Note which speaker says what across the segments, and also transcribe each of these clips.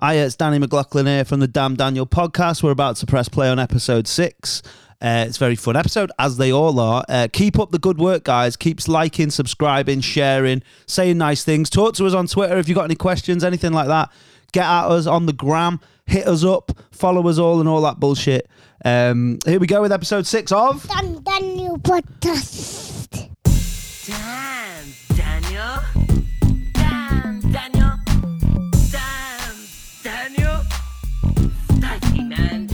Speaker 1: Hi, it's Danny McLaughlin here from the Damn Daniel podcast. We're about to press play on episode six. Uh, it's a very fun episode, as they all are. Uh, keep up the good work, guys. Keeps liking, subscribing, sharing, saying nice things. Talk to us on Twitter if you've got any questions, anything like that. Get at us on the gram. Hit us up. Follow us all and all that bullshit. Um, here we go with episode six of.
Speaker 2: Dan Daniel Podcast.
Speaker 3: Damn, Daniel. Damn, Daniel. Damn, Daniel. Spicy man.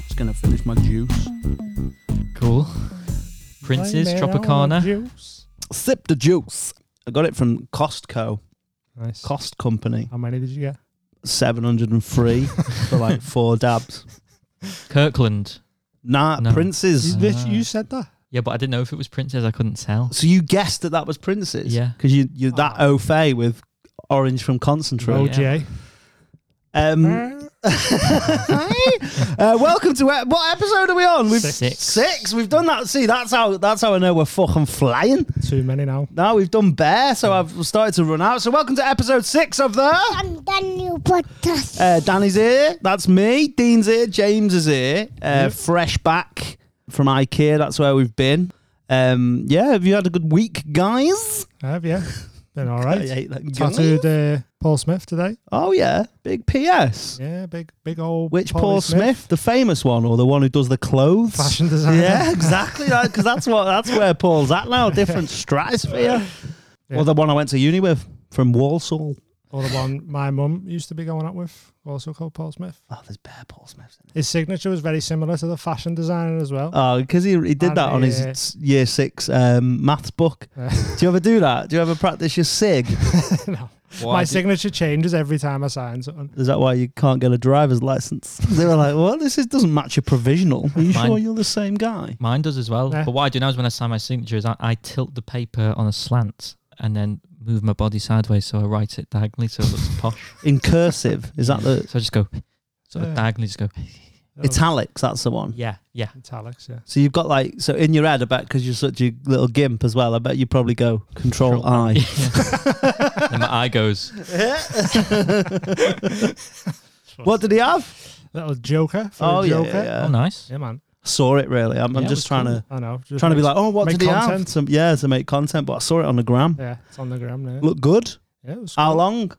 Speaker 1: Just going to finish my juice.
Speaker 4: Cool. Princes, Tropicana.
Speaker 1: Sip the juice. I got it from Costco,
Speaker 5: Nice.
Speaker 1: Cost Company.
Speaker 5: How many did you
Speaker 1: Uh,
Speaker 5: get?
Speaker 1: 703 for like four dabs.
Speaker 4: Kirkland.
Speaker 1: Nah,
Speaker 4: No.
Speaker 1: Prince's.
Speaker 5: You, lit- you said that.
Speaker 4: Yeah, but I didn't know if it was Princes. I couldn't tell.
Speaker 1: So you guessed that that was Prince's?
Speaker 4: Yeah.
Speaker 1: Because you, you're that au fait with orange from concentrate.
Speaker 5: OJ.
Speaker 1: Um, uh, welcome to e- what episode are we on? We've
Speaker 4: Six.
Speaker 1: six. We've done that. See, that's how that's how I know we're fucking flying.
Speaker 5: Too many now.
Speaker 1: Now we've done bear, so I've started to run out. So welcome to episode six of the.
Speaker 2: Dan Daniel Podcast.
Speaker 1: Uh, Danny's here. That's me. Dean's here. James is here. Uh, fresh back from IKEA. That's where we've been. Um, yeah, have you had a good week, guys?
Speaker 5: I have, yeah. Been all
Speaker 1: I
Speaker 5: right.
Speaker 1: hate that guy.
Speaker 5: Tattooed uh, Paul Smith today.
Speaker 1: Oh yeah, big PS.
Speaker 5: Yeah, big, big old.
Speaker 1: Which Paul Smith? the famous one, or the one who does the clothes?
Speaker 5: Fashion designer.
Speaker 1: Yeah, exactly. Because that's what that's where Paul's at now. Different stratosphere.
Speaker 5: Yeah.
Speaker 1: Or the one I went to uni with from Walsall.
Speaker 5: Or the one my mum used to be going out with, also called Paul Smith.
Speaker 1: Oh, there's bare Paul Smiths. In it.
Speaker 5: His signature was very similar to the fashion designer as well.
Speaker 1: Oh, because he, he did
Speaker 5: And,
Speaker 1: that on his
Speaker 5: uh,
Speaker 1: s- year six um, maths book.
Speaker 5: Uh,
Speaker 1: Do you ever do that? Do you ever practice your sig?
Speaker 5: no.
Speaker 1: Why
Speaker 5: My
Speaker 1: did-
Speaker 5: signature changes every time I sign something.
Speaker 1: Is that why you can't get a driver's license? They were like, "Well, this is, doesn't match your provisional. Are you
Speaker 4: Mine-
Speaker 1: sure you're the same guy?"
Speaker 4: Mine does as well.
Speaker 5: Yeah.
Speaker 4: But what I do now is when I sign my signature is I, I tilt the paper on a slant and then move my body sideways so I write it diagonally so it looks posh.
Speaker 1: In cursive, is that the
Speaker 4: So I just go sort
Speaker 5: Yeah.
Speaker 4: of diagonally just go
Speaker 1: Oh. italics? That's the one.
Speaker 4: Yeah, yeah.
Speaker 5: Italics, yeah.
Speaker 1: So you've got like so in your head. I bet because you're such a little gimp as well. I bet you probably go control, I.
Speaker 4: and my eye goes.
Speaker 1: what did he have?
Speaker 5: Little Joker. For
Speaker 1: Oh
Speaker 5: a
Speaker 1: yeah,
Speaker 5: Joker.
Speaker 1: yeah, yeah.
Speaker 4: Oh nice.
Speaker 5: Yeah, man.
Speaker 1: Saw it really. I'm, I'm
Speaker 4: Yeah, it
Speaker 1: just
Speaker 4: was
Speaker 1: trying
Speaker 4: cool.
Speaker 1: to
Speaker 5: I know. Just
Speaker 1: trying to be like, oh, what
Speaker 5: make
Speaker 1: did he have?
Speaker 5: content.
Speaker 1: Some, yeah, to make content. But I saw it on the gram.
Speaker 5: Yeah, it's on the gram now.
Speaker 1: Looked good.
Speaker 5: Yeah, it was
Speaker 1: How
Speaker 5: cool.
Speaker 1: long?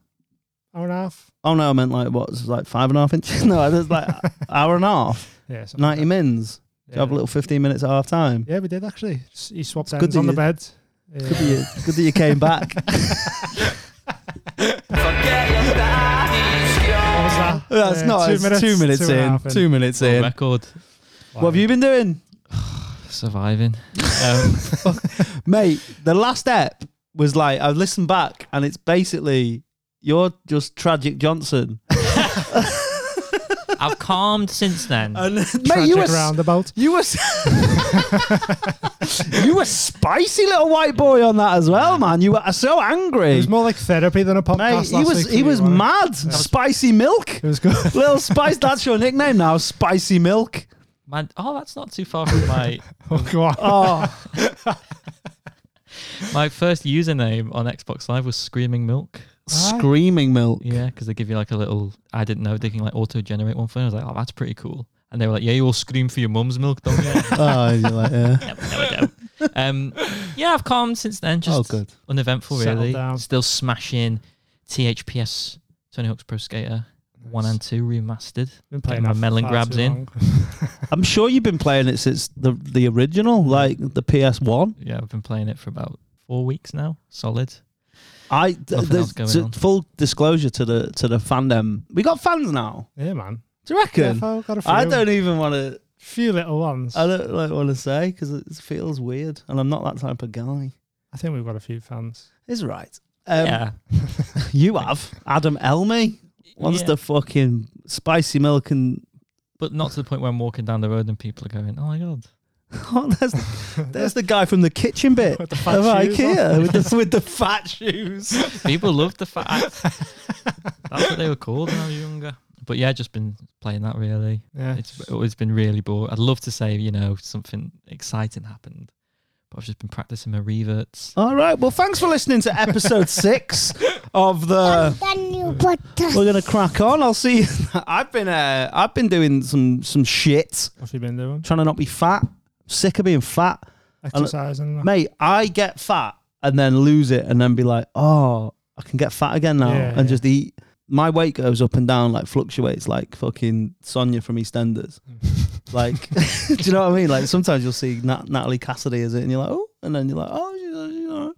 Speaker 5: Hour and a half.
Speaker 1: Oh no, I meant like what? It was like five and a half inches. no, it was like hour and a half,
Speaker 5: Yeah, something like
Speaker 1: ninety mins.
Speaker 5: that.
Speaker 1: You have a little fifteen minutes at half time.
Speaker 5: Yeah, we did actually. S- He swapped
Speaker 1: good
Speaker 5: ends
Speaker 1: that
Speaker 5: on the
Speaker 1: you-
Speaker 5: bed. Yeah.
Speaker 1: Good that you, good that you came back.
Speaker 3: Forget your daddy's
Speaker 5: What was that?
Speaker 1: That's
Speaker 5: Uh,
Speaker 1: not. it's two minutes
Speaker 5: two and a
Speaker 1: in.
Speaker 5: half
Speaker 1: Two minutes
Speaker 4: World
Speaker 1: in.
Speaker 4: record.
Speaker 1: What have you been doing?
Speaker 4: Surviving. Um,
Speaker 1: Mate, the last ep was like I've listened back and it's basically you're just tragic Johnson.
Speaker 4: I've calmed since then.
Speaker 1: And mate,
Speaker 5: Tragic
Speaker 1: you were s-
Speaker 5: roundabout.
Speaker 1: you were s- you were spicy little white boy on that as well, man. You were so
Speaker 5: It
Speaker 1: angry.
Speaker 5: was more like therapy than a podcast.
Speaker 1: Mate, he
Speaker 5: last
Speaker 1: was
Speaker 5: week
Speaker 1: he
Speaker 5: for
Speaker 1: was
Speaker 5: you, wasn't
Speaker 1: mad. Spicy milk.
Speaker 5: It It was good.
Speaker 1: Little Spice, that's your nickname now, Spicy Milk.
Speaker 4: Man, oh, that's not too far from my
Speaker 5: oh, go on.
Speaker 1: Oh,
Speaker 4: my first username on Xbox Live was Screaming Milk.
Speaker 1: screaming milk.
Speaker 4: Yeah, because they give you like a little. I didn't know they can like auto generate one for. you. I was like, oh, that's pretty cool. And they were like, yeah, you all scream for your mum's milk, don't you?
Speaker 1: Oh, you're like, yeah.
Speaker 4: no, I don't. Um, yeah, I've calmed since then. Just
Speaker 1: Oh, good.
Speaker 4: uneventful,
Speaker 5: Settled
Speaker 4: really.
Speaker 5: down.
Speaker 4: Still smashing THPS Tony Hawk's Pro Skater one and two remastered.
Speaker 5: Been
Speaker 4: my
Speaker 5: that
Speaker 4: melon
Speaker 5: far
Speaker 4: grabs
Speaker 5: too
Speaker 4: in.
Speaker 5: long.
Speaker 1: I'm sure you've been playing it since the the original, like the PS1.
Speaker 4: Yeah, I've been playing it for about four weeks now, solid.
Speaker 1: I th-
Speaker 4: Nothing
Speaker 1: there's-
Speaker 4: else going
Speaker 1: to-
Speaker 4: on.
Speaker 1: full disclosure to the to the fandom. We got fans now.
Speaker 5: Yeah, man.
Speaker 1: Do you reckon?
Speaker 5: Yeah, I've got a few,
Speaker 1: I don't even want to.
Speaker 5: few little ones.
Speaker 1: I don't like, want to say because it feels weird, and I'm not that type of guy.
Speaker 5: I think we've got a few fans.
Speaker 1: It's right. Um,
Speaker 4: yeah,
Speaker 1: You have Adam Elmy wants
Speaker 4: Yeah.
Speaker 1: the fucking spicy milk and
Speaker 4: but not to the point where I'm walking down the road and people are going, "Oh my god,
Speaker 1: oh, there's there's the guy from the kitchen bit
Speaker 5: With the fat
Speaker 1: of
Speaker 5: shoes on.
Speaker 1: IKEA with the with the fat shoes.
Speaker 4: people love the fact." That's what they were called when I was younger. But yeah, just been playing that really.
Speaker 5: Yeah.
Speaker 4: It's always been really boring. I'd love to say, you know, something exciting happened, but I've just been practicing my reverts.
Speaker 1: All right. Well, thanks for listening to episode six of the.
Speaker 2: Daniel Podcast.
Speaker 1: We're gonna crack on. I'll see. You. I've been uh, I've been doing some some shit,
Speaker 5: What have you been doing?
Speaker 1: trying to not be fat. Sick of being fat,
Speaker 5: Exercising.
Speaker 1: mate. I get fat and then lose it, and then be like, oh, I can get fat again now,
Speaker 5: Yeah,
Speaker 1: and
Speaker 5: yeah.
Speaker 1: just eat. My weight goes up and down, like fluctuates, like fucking Sonia from EastEnders. Like, do you know what I mean? Like sometimes you'll see Nat- Natalie Cassidy is it, and you're like, oh, and then you're like, oh, she's, she's all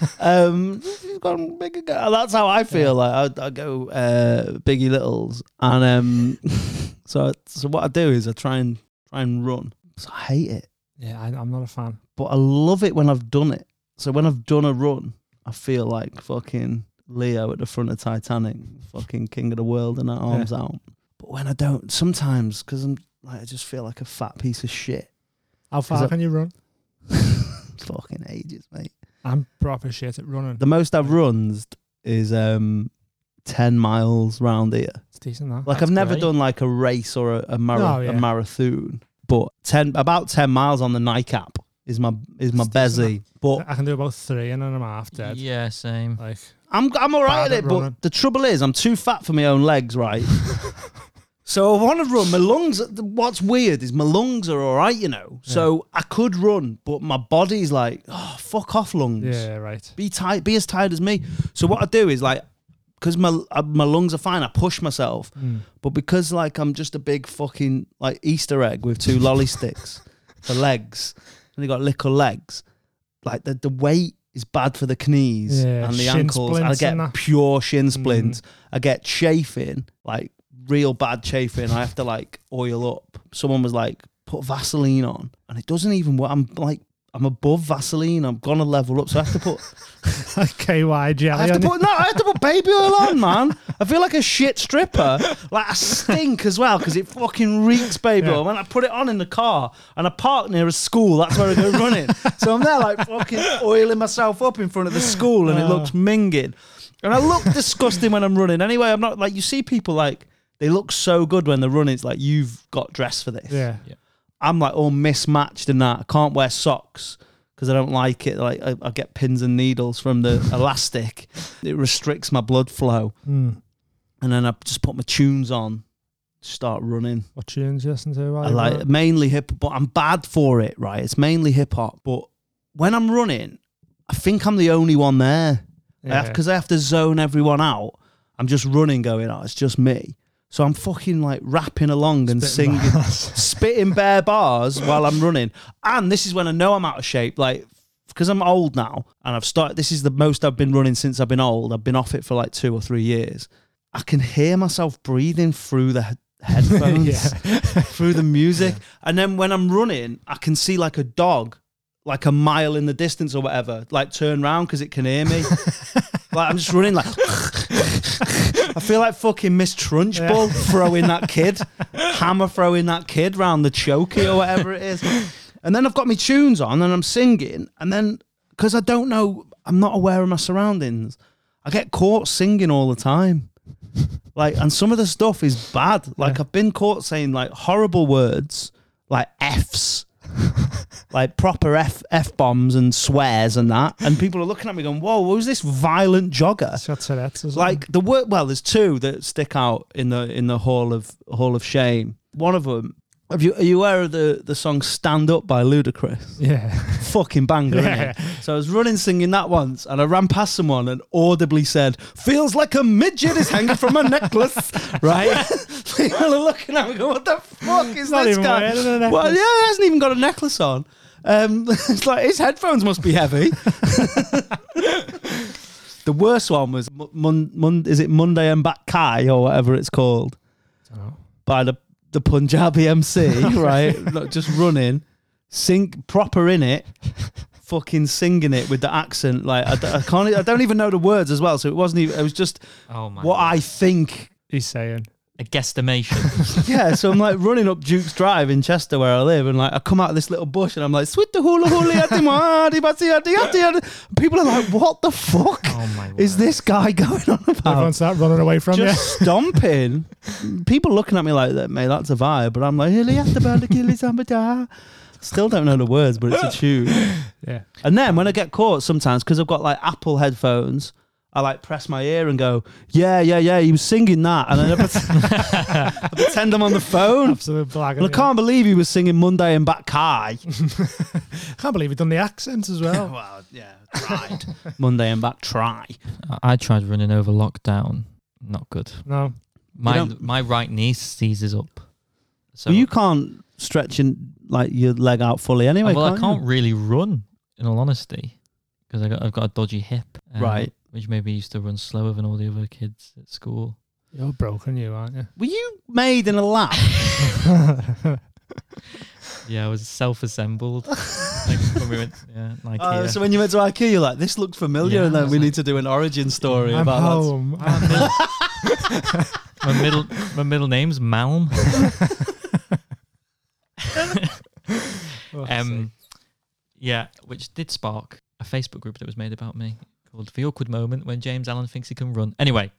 Speaker 1: right. um, she's gone big again. And That's how I feel. Like I, I go uh, Biggie Littles, and um, so so what I do is I try and try and run. So I hate it,
Speaker 5: yeah, I, I'm not a fan.
Speaker 1: but I love it when I've done it. So when I've done a run, I feel like fucking Leo at the front of Titanic, fucking king of the world, and that arms out. But when I don't, sometimes because I'm like, I just feel like a fat piece of shit.
Speaker 5: How
Speaker 1: Is
Speaker 5: far
Speaker 1: it-
Speaker 5: can you run?
Speaker 1: fucking ages, mate.
Speaker 5: I'm proper shit at running.
Speaker 1: The most I've runs is um ten miles round here.
Speaker 5: It's decent that.
Speaker 1: Like
Speaker 4: That's
Speaker 1: I've never
Speaker 4: great.
Speaker 1: done like a race or a, a, mara-
Speaker 5: No, Oh, yeah.
Speaker 1: a marathon, but ten about ten miles on the Nike app is my is my
Speaker 5: That's decent,
Speaker 1: bezzy. But
Speaker 5: I can do about three and then I'm half dead.
Speaker 4: Yeah, same.
Speaker 5: Like
Speaker 1: I'm I'm alright at
Speaker 5: Bad at
Speaker 1: it.
Speaker 5: running.
Speaker 1: But the trouble is, I'm too fat for my own legs, right? so I want to run. My lungs. What's weird is my lungs are alright, you know. So I could run, but my body's like, oh fuck off lungs.
Speaker 5: yeah, right.
Speaker 1: be tired be as tired as me so what i do is like because my uh, my lungs are fine i push myself
Speaker 5: Hmm.
Speaker 1: but because like i'm just a big fucking like easter egg with two lolly sticks for legs and you got little legs like the, the weight is bad for the knees
Speaker 5: Yeah,
Speaker 1: and the
Speaker 5: shin
Speaker 1: ankles i
Speaker 5: splints and
Speaker 1: get
Speaker 5: that. Mm.
Speaker 1: pure shin splints i get chafing like real bad chafing i have to like oil up someone was like put vaseline on and it doesn't even work i'm like i'm above vaseline i'm gonna level up so i have to put
Speaker 5: KY jelly.
Speaker 1: I have
Speaker 5: on
Speaker 1: to
Speaker 5: you.
Speaker 1: put no, I have to put baby oil on, man. I feel like a shit stripper. Like I stink as well because it fucking reeks baby
Speaker 5: Yeah.
Speaker 1: oil. When I put it on in the car and I park near a school, that's where I go running. so I'm there like fucking oiling myself up in front of the school, and it looks
Speaker 5: Ah.
Speaker 1: minging. And I look disgusting when I'm running. Anyway, I'm not like you see people like they look so good when they're running. It's like you've got dressed for this.
Speaker 5: yeah.
Speaker 1: I'm like all mismatched and that. I can't wear socks because I don't like it. Like I, I get pins and needles from the elastic. It restricts my blood flow.
Speaker 5: Mm.
Speaker 1: And then I just put my tunes on, start running.
Speaker 5: What tunes you listen to? While
Speaker 1: I
Speaker 5: you
Speaker 1: like
Speaker 5: run?
Speaker 1: mainly hip, but I'm bad for it. Right, it's mainly hip hop. But when I'm running, I think I'm the only one there
Speaker 5: Yeah.
Speaker 1: because I, have to zone everyone out. I'm just running, going, oh, it's just me. So I'm fucking like rapping along and
Speaker 5: Spitting
Speaker 1: singing,
Speaker 5: bars.
Speaker 1: spitting bare bars while I'm running. And this is when I know I'm out of shape, like because I'm old now and I've started. This is the most I've been running since I've been old. I've been off it for like two or three years. I can hear myself breathing through the he- headphones, through the music, and then when I'm running, I can see like a dog, like a mile in the distance or whatever, like turn round because it can hear me. Like I'm just running like I feel like fucking Miss Trunchbull throwing that kid, hammer throwing that kid round the chokey or whatever it is. And then I've got my tunes on and I'm singing, and then because I don't know, I'm not aware of my surroundings. I get caught singing all the time. Like, and some of the stuff is bad. Like, I've been caught saying like horrible words, like F's, like proper F F bombs and swears and that. And people are looking at me going, Whoa, who's this violent jogger?
Speaker 5: It's got Tourette's or something.
Speaker 1: Like the word well, there's two that stick out in the in the hall of hall of shame. One of them have you, are you aware of the, the song Stand Up by Ludacris?
Speaker 5: yeah.
Speaker 1: Fucking banger, innit? So I was running singing that once and I ran past someone and audibly said, Feels like a midget is hanging from a necklace. Right? People are looking at me going, What the fuck is
Speaker 5: Not
Speaker 1: this
Speaker 5: even
Speaker 1: guy?
Speaker 5: wearing
Speaker 1: Well,
Speaker 5: a necklace.
Speaker 1: yeah, he hasn't even got a necklace on. Um, it's like his headphones must be heavy. the worst one was Mon- Mon- Mon- is it Monday and Back Kai or whatever it's called
Speaker 5: Dunno.
Speaker 1: by the the Punjabi MC, right? Not just running, sing proper in it, fucking singing it with the accent. Like I, d- I can't, e, I don't even know the words as well. So it wasn't even. It was just
Speaker 4: Oh my.
Speaker 1: what
Speaker 4: God.
Speaker 1: I think
Speaker 5: He's saying.
Speaker 4: a guesstimation.
Speaker 1: yeah, so I'm like running up Duke's Drive in Chester where I live, and like I come out of this little bush, and I'm like, sweet the hula hula, yaddy ma, di ba si yaddy yaddy yaddy." people are like, what the fuck
Speaker 4: oh my.
Speaker 1: is
Speaker 4: word.
Speaker 1: this guy going on
Speaker 5: Everyone
Speaker 1: about?
Speaker 5: start running away from you.
Speaker 1: Oh. Just stomping. People looking at me like that, mate, that's a vibe. But I'm like, "Hilly at the band, the gillies and the da." still don't know the words, but it's a tune.
Speaker 5: Yeah.
Speaker 1: And then when I get caught sometimes, because I've got like Apple headphones, I like press my ear and go, yeah, yeah, yeah. He was singing that, and then I, pret- I pretend I'm on the phone.
Speaker 5: Absolute black.
Speaker 1: And I can't believe he was singing Monday in Back Kai.
Speaker 5: can't believe he done the accents as
Speaker 4: Oh,
Speaker 5: well.
Speaker 1: well, yeah, tried Monday in Back Try.
Speaker 4: I, I tried running over lockdown. Not good.
Speaker 5: no,
Speaker 4: My
Speaker 1: don't-
Speaker 4: my right knee seizes up. So
Speaker 1: well, you can't stretch your, like your leg out fully anyway.
Speaker 4: Oh, well, I
Speaker 1: you?
Speaker 4: can't really run, in all honesty, because I got I've got a dodgy hip, um,
Speaker 1: Right.
Speaker 4: Which maybe used to run slower than all the other kids at school.
Speaker 5: you're broken, you aren't you?
Speaker 1: Were you made in a lab?
Speaker 4: Yeah, I was self-assembled. like when we went, yeah, like
Speaker 1: Oh, so when you went to IKEA, you're like, this looked familiar,
Speaker 4: Yeah,
Speaker 1: and then
Speaker 4: it's
Speaker 1: we
Speaker 4: like-
Speaker 1: need to do an origin story
Speaker 5: I'm
Speaker 1: about that.
Speaker 5: home. I'm Oh, home.
Speaker 4: my middle my middle name's Malm.
Speaker 5: Oh,
Speaker 4: Um, yeah, which did spark a Facebook group that was made about me called "The Awkward Moment When James Allen Thinks He Can Run." Anyway,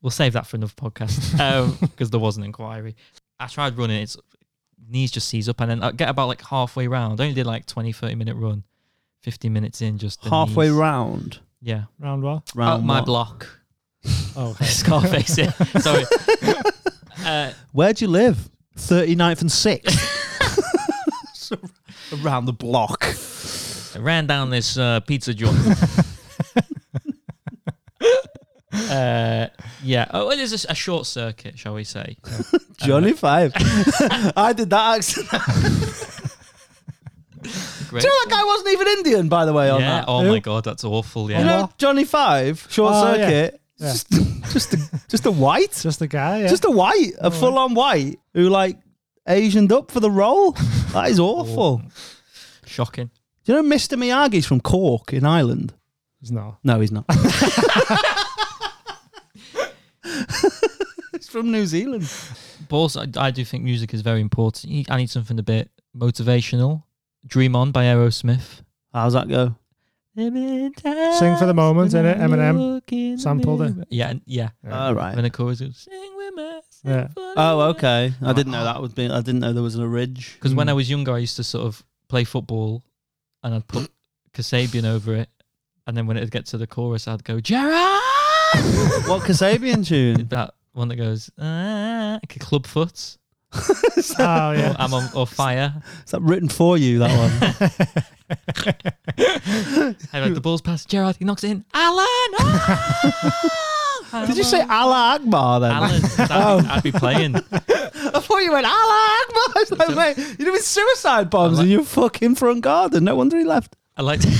Speaker 4: we'll save that for another podcast because there was an inquiry. I tried running; it's knees just seize up, and then I get about like halfway round. I only did like 20, 30 minute run. 15 minutes in, just the
Speaker 1: Halfway
Speaker 4: knees-
Speaker 1: round,
Speaker 4: Yeah,
Speaker 5: round what?
Speaker 1: round
Speaker 4: out my
Speaker 1: what?
Speaker 4: block.
Speaker 5: Oh, okay.
Speaker 4: Scarface. yeah. Sorry. Uh,
Speaker 1: Where do you live? 39th and 6th. So, around the block.
Speaker 4: I ran down this uh, pizza joint. uh, yeah. Oh, well, there's a, s- a short circuit, shall we say?
Speaker 1: Johnny Five. I did that accent.
Speaker 4: Great.
Speaker 1: Do you know that guy wasn't even Indian, by the way, on
Speaker 4: yeah.
Speaker 1: that?
Speaker 4: Oh
Speaker 5: Who?
Speaker 4: my god, that's awful. Yeah.
Speaker 1: You know, Johnny Five, Short
Speaker 5: Oh, yeah.
Speaker 1: Circuit,
Speaker 5: Yeah.
Speaker 1: Just, just, a, just a white.
Speaker 5: Just a guy. Yeah. Oh,
Speaker 1: Just a white, a full on white who like Asianed up for the role. That is awful.
Speaker 5: Oh.
Speaker 4: Shocking.
Speaker 1: Do you know Mr. Miyagi's from Cork in Ireland?
Speaker 5: He's not.
Speaker 1: No, he's not. he's from New Zealand.
Speaker 4: But also, I, I do think music is very important. You- I need something a bit motivational. Dream on by Aerosmith.
Speaker 1: How's that go?
Speaker 4: Sing
Speaker 5: for the moment, innit? Eminem sampled it.
Speaker 4: Yeah, and- yeah.
Speaker 1: All right.
Speaker 4: And then the chorus goes, "Sing with me."
Speaker 5: Yeah.
Speaker 1: Oh, okay. I didn't know that would be. I didn't know there was an ridge.
Speaker 4: Because when
Speaker 5: Mm.
Speaker 4: I was younger, I used to sort of play football, and I'd put Kasabian over it, and then when it'd get to the chorus, I'd go Gerard.
Speaker 1: What Kasabian tune?
Speaker 4: that one that goes ah, like a club foot,
Speaker 5: Oh
Speaker 4: or
Speaker 5: yeah.
Speaker 4: I'm on or fire.
Speaker 1: Is that written for you? That one.
Speaker 4: And like, the ball's passed. Gerard, he knocks it in. Alan. ah!"
Speaker 1: Did you say Allah Akbar then?
Speaker 4: Alan? That'd, be, I'd be playing.
Speaker 1: I thought you went Allah Akbar. I was like, mate, you're doing suicide bombs
Speaker 4: Allah-
Speaker 1: in your fucking front garden. No wonder he left.
Speaker 4: I like to,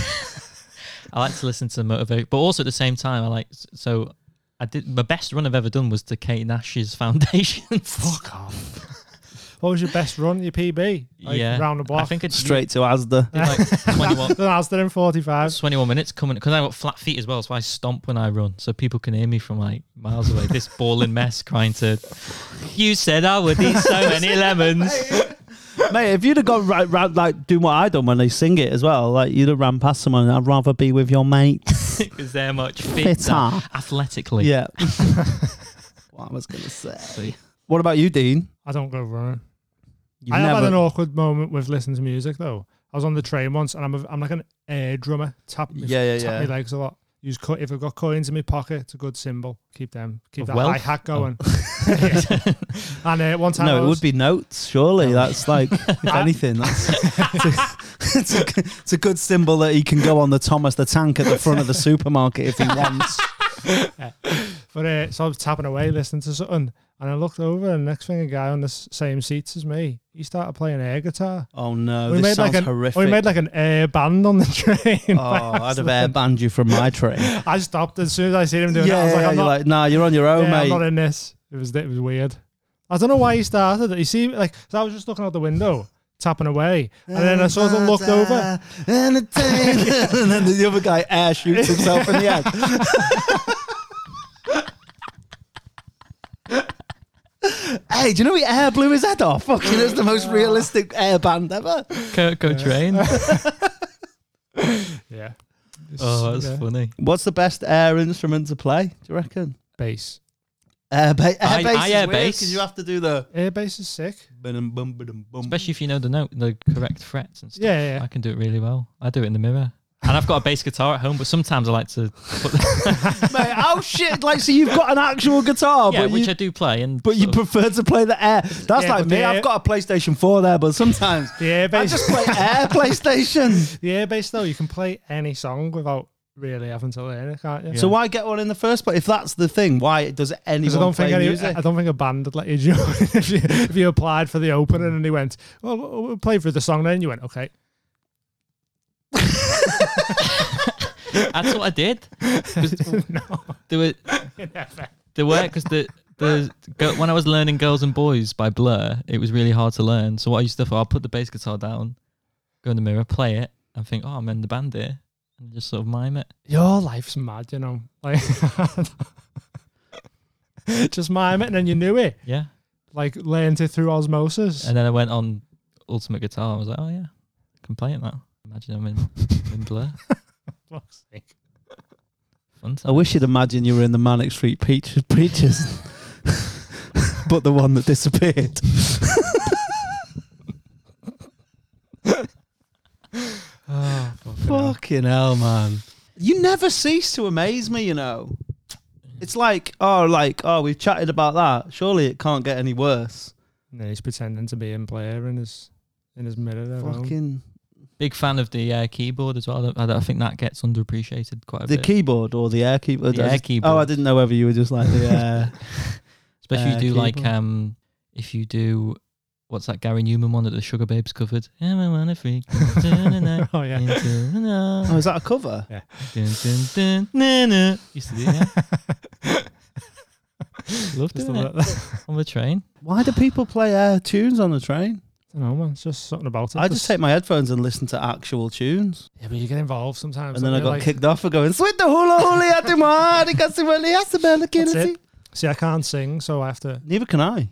Speaker 4: I like to listen to motivate, but also at the same time, I like so. I did my best run I've ever done was to Kate Nash's Foundations.
Speaker 5: Fuck off. what was your best run? Your PB? Like,
Speaker 4: yeah,
Speaker 5: Round the block.
Speaker 4: I think it's
Speaker 1: Straight to Asda.
Speaker 4: like 21,
Speaker 5: That's in 45.
Speaker 4: 21 minutes coming because I got flat feet as well, so I stomp when I run, so people can hear me from like miles away. This balling mess crying to, "You said I would eat so many lemons."
Speaker 1: Mate, if you'd have gone right round, like doing what I done when they sing it as well, like you'd have ran past someone. I'd rather be with your mate.
Speaker 4: Because they're much fitter,
Speaker 1: Fitter.
Speaker 4: athletically.
Speaker 1: yeah. what I was gonna say. What about you, Dean?
Speaker 5: I don't go running.
Speaker 1: You've
Speaker 5: I have had
Speaker 1: never-
Speaker 5: an awkward moment with listening to music though. I was on the train once, and I'm a, I'm like an air drummer. Tap me,
Speaker 1: Yeah, yeah,
Speaker 5: tap
Speaker 1: yeah.
Speaker 5: me legs a lot. Use co- if I've got coins in my pocket, it's a good symbol. Keep them, keep
Speaker 4: Of
Speaker 5: that
Speaker 4: wealth?
Speaker 5: hi hat going. and uh, one time, I
Speaker 1: no, it
Speaker 5: was,
Speaker 1: would be notes. Surely that's like, if anything, that's it's, a, it's, a, it's a good symbol that he can go on the Thomas the Tank at the front of the supermarket if he wants.
Speaker 5: But uh, so I was tapping away listening to something, and I looked over, and next thing, a guy on the s- same seats as me, he started playing air guitar.
Speaker 1: Oh no,
Speaker 5: we
Speaker 1: this
Speaker 5: made
Speaker 1: sounds
Speaker 5: like an
Speaker 1: horrific.
Speaker 5: we made like an air band on the train.
Speaker 1: oh, I'd have air banned you from my train. yeah,
Speaker 5: I stopped as soon as I seen him doing that. I was
Speaker 1: yeah,
Speaker 5: like, I'm
Speaker 1: you're
Speaker 5: not,
Speaker 1: like, nah, you're on your own,
Speaker 5: yeah, I'm
Speaker 1: mate.
Speaker 5: not in this. It was it was weird. I don't know why he started it. You see, like, so I was just looking out the window, tapping away, and then I sort of looked over.
Speaker 1: and then the other guy air shoots himself in the head. hey, do you know he air blew his head off? Fucking, it's the most realistic air band ever.
Speaker 4: Coco train.
Speaker 5: Yeah. uh,
Speaker 4: Oh, that's
Speaker 5: Yeah.
Speaker 4: funny.
Speaker 1: What's the best air instrument to play? Do you reckon?
Speaker 5: Bass.
Speaker 1: Air, ba-
Speaker 4: I-
Speaker 1: air bass.
Speaker 4: I
Speaker 1: is
Speaker 4: air
Speaker 1: weird
Speaker 4: bass.
Speaker 1: 'cause you have to do the.
Speaker 5: Air bass is sick.
Speaker 1: Bum, bum, bum, bum.
Speaker 4: Especially if you know the note, the correct frets and stuff.
Speaker 5: Yeah, yeah.
Speaker 4: I can do it really well. I do it in the mirror. And I've got a bass guitar at home, but sometimes I like to put
Speaker 1: Mate, oh shit! Like, so you've got an actual
Speaker 5: Oh,
Speaker 1: guitar,
Speaker 4: yeah,
Speaker 1: but
Speaker 4: which
Speaker 1: you,
Speaker 4: I do play. And
Speaker 1: but you
Speaker 4: sort of-
Speaker 1: prefer to play the air. That's
Speaker 5: Yeah,
Speaker 1: like
Speaker 5: but
Speaker 1: me.
Speaker 5: the
Speaker 1: I've
Speaker 5: air-
Speaker 1: got a PlayStation Four there, but sometimes
Speaker 5: The air
Speaker 1: I
Speaker 5: bass.
Speaker 1: just play air PlayStation.
Speaker 5: the air bass though, you can play any song without really having to learn it, can't you?
Speaker 1: So why get one in the first place? If that's the thing, why does anyone
Speaker 5: Because I don't
Speaker 1: play
Speaker 5: think any,
Speaker 1: music?
Speaker 5: I don't think a band would let you join if you, if you applied for the opening and they went, "Well, we'll we'll play through the song," then you went, "Okay."
Speaker 4: that's what I did. 'Cause There were there were because the the go- when I was learning Girls and Boys by Blur, it was really hard to learn. So what I used to do, I'll put the bass guitar down, go in the mirror, play it, and think, oh, I'm in the band here, and just sort of mime it.
Speaker 5: Your life's mad, you know. Like, just mime it, and then you knew it.
Speaker 4: Yeah.
Speaker 5: Like, learned it through osmosis.
Speaker 4: And then I went on Ultimate Guitar. I was like, oh yeah, I can play it now. Imagine I'm in, in Blur.
Speaker 5: Fuck's sake.
Speaker 4: Fun
Speaker 1: I wish you'd imagine you were in the Manic Street Preachers, preachers but the one that disappeared.
Speaker 5: Oh, fucking hell.
Speaker 1: Ah, Fucking hell, man. You never cease to amaze me, you know. It's like, oh, like, oh, we've chatted about that. Surely it can't get any worse.
Speaker 5: And then he's pretending to be in player in his in his mirror. at home.
Speaker 1: Fucking
Speaker 4: Big fan of the uh, keyboard as well. I, don't, I, don't- I think that gets underappreciated quite a
Speaker 1: the
Speaker 4: bit.
Speaker 1: keyboard or the air keyboard.
Speaker 4: The
Speaker 1: I
Speaker 4: air
Speaker 1: just-
Speaker 4: keyboard.
Speaker 1: Oh, I didn't know whether you were just like the uh, air.
Speaker 4: Especially
Speaker 1: uh,
Speaker 4: if you do like
Speaker 1: keyboard.
Speaker 4: um, if you do what's that Gary Newman one that the Sugar Babes covered? I'm a wanna freak. Dun-dun-dun,
Speaker 5: oh yeah.
Speaker 4: dun-dun-dun.
Speaker 1: oh, is that a cover?
Speaker 4: Dun-dun-dun-dun-dun. Used to do that. Loved
Speaker 5: Just a
Speaker 4: doing it
Speaker 5: little- I
Speaker 4: on the train.
Speaker 1: Why do people play air tunes on the train?
Speaker 5: don't know, man. It's just something about it.
Speaker 1: I just take my headphones and listen to actual tunes.
Speaker 5: Yeah, but you get involved sometimes.
Speaker 1: And then I
Speaker 5: don't you?
Speaker 1: got
Speaker 5: Like,
Speaker 1: kicked off for going, Sweet the hula huli at the mud, it got to really has to be a
Speaker 5: That's
Speaker 1: kid."
Speaker 5: it. See, I can't sing, so I have to.
Speaker 1: Neither can I.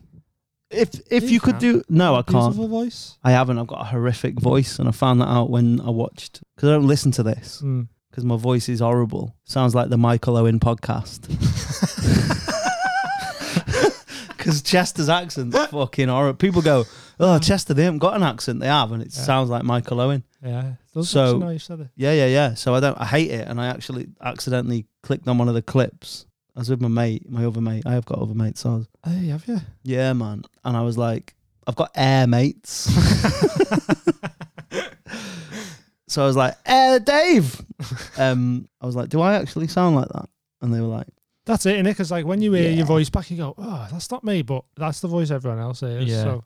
Speaker 1: If if
Speaker 5: Yeah,
Speaker 1: you,
Speaker 5: you
Speaker 1: could
Speaker 5: can.
Speaker 1: do no, I can't.
Speaker 5: Beautiful voice.
Speaker 1: I haven't. I've got a horrific voice, and I found that out when I watched because I don't listen to this
Speaker 5: Mm.
Speaker 1: because my voice is horrible. Sounds like the Michael Owen podcast. Because Chester's accent's fucking horrible. People go, "Oh, Chester, they haven't got an accent. They have, and it
Speaker 5: Yeah.
Speaker 1: sounds like Michael Owen."
Speaker 5: Yeah. Those
Speaker 1: So-
Speaker 5: so now you said it.
Speaker 1: Yeah, yeah, yeah. So I don't. I hate it, and I actually accidentally clicked on one of the clips. I was with my mate, my other mate. I have got other mates. So I was
Speaker 5: Hey, Oh, have you?
Speaker 1: Yeah, man. And I was like, I've got air mates. so I was like, Air Dave. Um, I was like, do I actually sound like that? And they were like,
Speaker 5: That's it, innit? Because like when you hear
Speaker 1: Yeah.
Speaker 5: your voice back, you go, "Oh, that's not me," but that's the voice everyone else hears.
Speaker 4: Yeah.
Speaker 5: So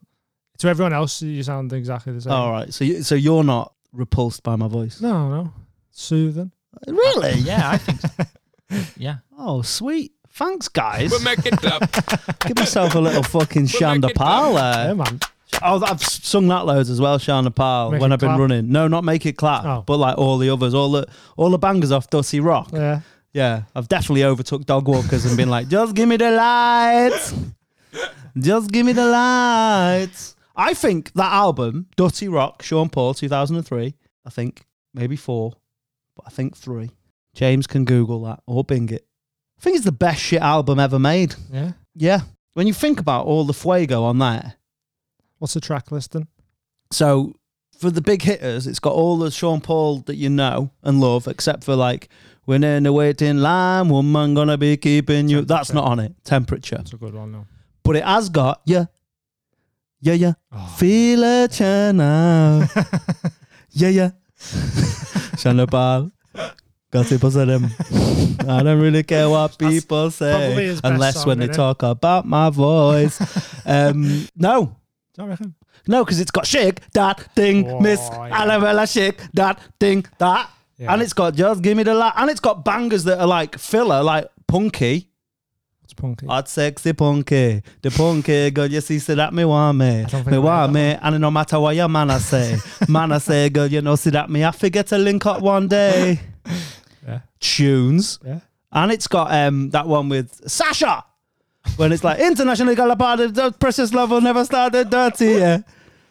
Speaker 5: to everyone else, you sound exactly the same.
Speaker 1: all right. So, you, so you're not repulsed by my voice?
Speaker 5: No, no. Soothing.
Speaker 1: Really?
Speaker 4: Uh, Yeah, I think. So. Yeah.
Speaker 1: Oh, sweet. Thanks, guys.
Speaker 3: We'll make it up.
Speaker 1: Give myself a little fucking Shonda Pal
Speaker 5: Yeah,
Speaker 1: there.
Speaker 5: man.
Speaker 1: Oh, I've s- sung that loads as well, Shonda Pal,
Speaker 5: Make
Speaker 1: when
Speaker 5: It
Speaker 1: I've been
Speaker 5: Clap.
Speaker 1: running. No, not Make It Clap,
Speaker 5: Oh.
Speaker 1: but like all the others, all the all the bangers off Dusty Rock.
Speaker 5: Yeah.
Speaker 1: Yeah, I've definitely overtook dog walkers and been like, just give me the lights. Just give me the lights. I think that album, Dirty Rock, Sean Paul, 2003, I think maybe four, but I think three. James can Google that or Bing it. I think it's the best shit album ever made.
Speaker 5: Yeah.
Speaker 1: Yeah. When you think about all the fuego on that.
Speaker 5: What's the track listing?
Speaker 1: So for the big hitters, it's got all the Sean Paul that you know and love, except for like when in a waiting line, woman gonna be keeping you. That's not on it. Temperature,
Speaker 5: That's a good one, though.
Speaker 1: but it has got yeah, yeah, yeah.
Speaker 5: Oh.
Speaker 1: Feel it now, yeah, yeah. Sean Paul. Gossip them.
Speaker 5: Um,
Speaker 1: I don't really care what people
Speaker 5: probably
Speaker 1: say,
Speaker 5: his best
Speaker 1: unless
Speaker 5: song,
Speaker 1: when they
Speaker 5: innit?
Speaker 1: talk about my voice. um, no,
Speaker 5: Do you reckon?
Speaker 1: no, because it's got shake that thing,
Speaker 5: Oh,
Speaker 1: Miss
Speaker 5: yeah.
Speaker 1: Annabella, shake that thing, that.
Speaker 5: Yeah.
Speaker 1: And it's got just give me the light. And it's got bangers that are like filler, like punky.
Speaker 5: It's punky.
Speaker 1: Hot, sexy, punky. The punky, girl, you see, so that me want me.
Speaker 5: don't think
Speaker 1: Me
Speaker 5: I
Speaker 1: want
Speaker 5: heard
Speaker 1: me. And no matter what your man I say, man I say, girl, you know, see that me. I forget to link up one day.
Speaker 5: Yeah.
Speaker 1: Tunes.
Speaker 5: yeah.
Speaker 1: And it's got um that one with Sasha. When it's like internationally got apart, the precious love will never start the dirty.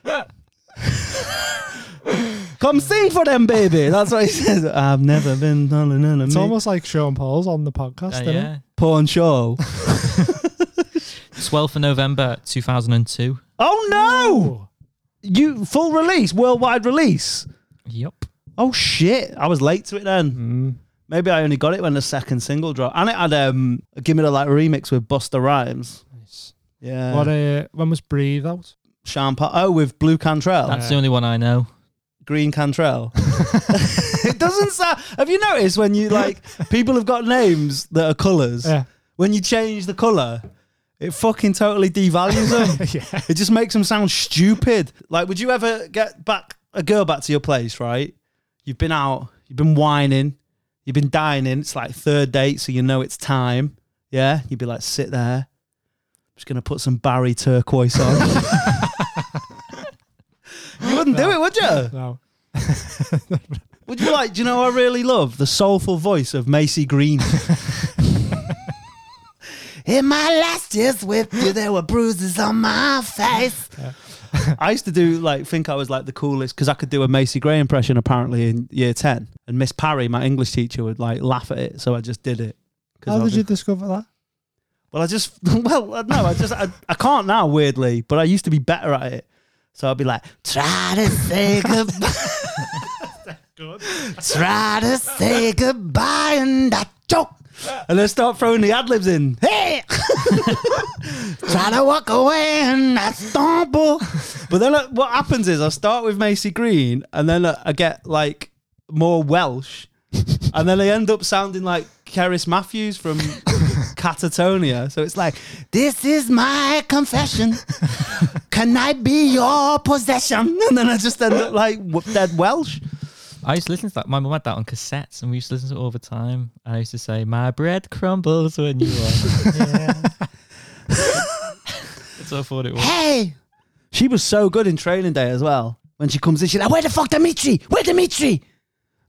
Speaker 1: Yeah. Come sing for them, baby. That's what he says. I've never been done in
Speaker 5: It's
Speaker 1: a
Speaker 5: almost like Sean Paul's on the podcast,
Speaker 4: Uh,
Speaker 5: isn't it?
Speaker 4: yeah.
Speaker 1: porn show.
Speaker 4: 12th of November 2002.
Speaker 1: Oh no! You full release, worldwide release.
Speaker 4: Yep.
Speaker 1: Oh shit! I was late to it then.
Speaker 5: Mm.
Speaker 1: Maybe I only got it when the second single dropped, and it had um, a "Give Me the Light" remix with Buster Rhymes.
Speaker 5: Nice.
Speaker 1: Yeah,
Speaker 5: what? Uh, when was Breathe out?
Speaker 1: Sean Pa- Oh, with Blue Cantrell,
Speaker 4: That's the only one I know.
Speaker 1: Green Cantrell. it doesn't sound. Have you noticed when you like people have got names that are colours?
Speaker 5: Yeah.
Speaker 1: When you change the colour, it fucking totally devalues them.
Speaker 5: yeah.
Speaker 1: It just makes them sound stupid. Like, would you ever get back a girl back to your place, right? You've been out, you've been whining, you've been dining. It's like third date, so you know it's time. Yeah, you'd be like, sit there. I'm just gonna put some Barry turquoise on. you wouldn't do it, would you?
Speaker 5: No.
Speaker 1: Would you like? Do you know? what I really love the soulful voice of Macy Green. In my last years with you, there were bruises on my face. I used to do like think I was like the coolest because I could do a Macy Gray impression apparently in year ten, and Miss Parry, my English teacher, would like laugh at it, so I just did it. 'Cause
Speaker 5: How
Speaker 1: I
Speaker 5: did
Speaker 1: was-
Speaker 5: you discover that?
Speaker 1: well, I just, well, uh, no, I just, I, I can't now, weirdly, but I used to be better at it. So I'd be like, try to say goodbye. try to say goodbye and I choke. And then start throwing the ad libs in. Hey! try to walk away and I stumble. But then uh, what happens is I start with Macy Green and then uh, I get like more Welsh. And then I end up sounding like Keris Matthews from Catatonia. So it's like, this is my confession. Can I be your possession? And then I just end up like w- dead Welsh.
Speaker 4: I used to listen to that. My mum had that on cassettes, and we used to listen to it all the time. And I used to say, "My bread crumbles when you are." That's what I thought it was.
Speaker 1: Hey! She was so good in training day as well. When she comes in, she's like, where the fuck Dimitri? Where Dimitri?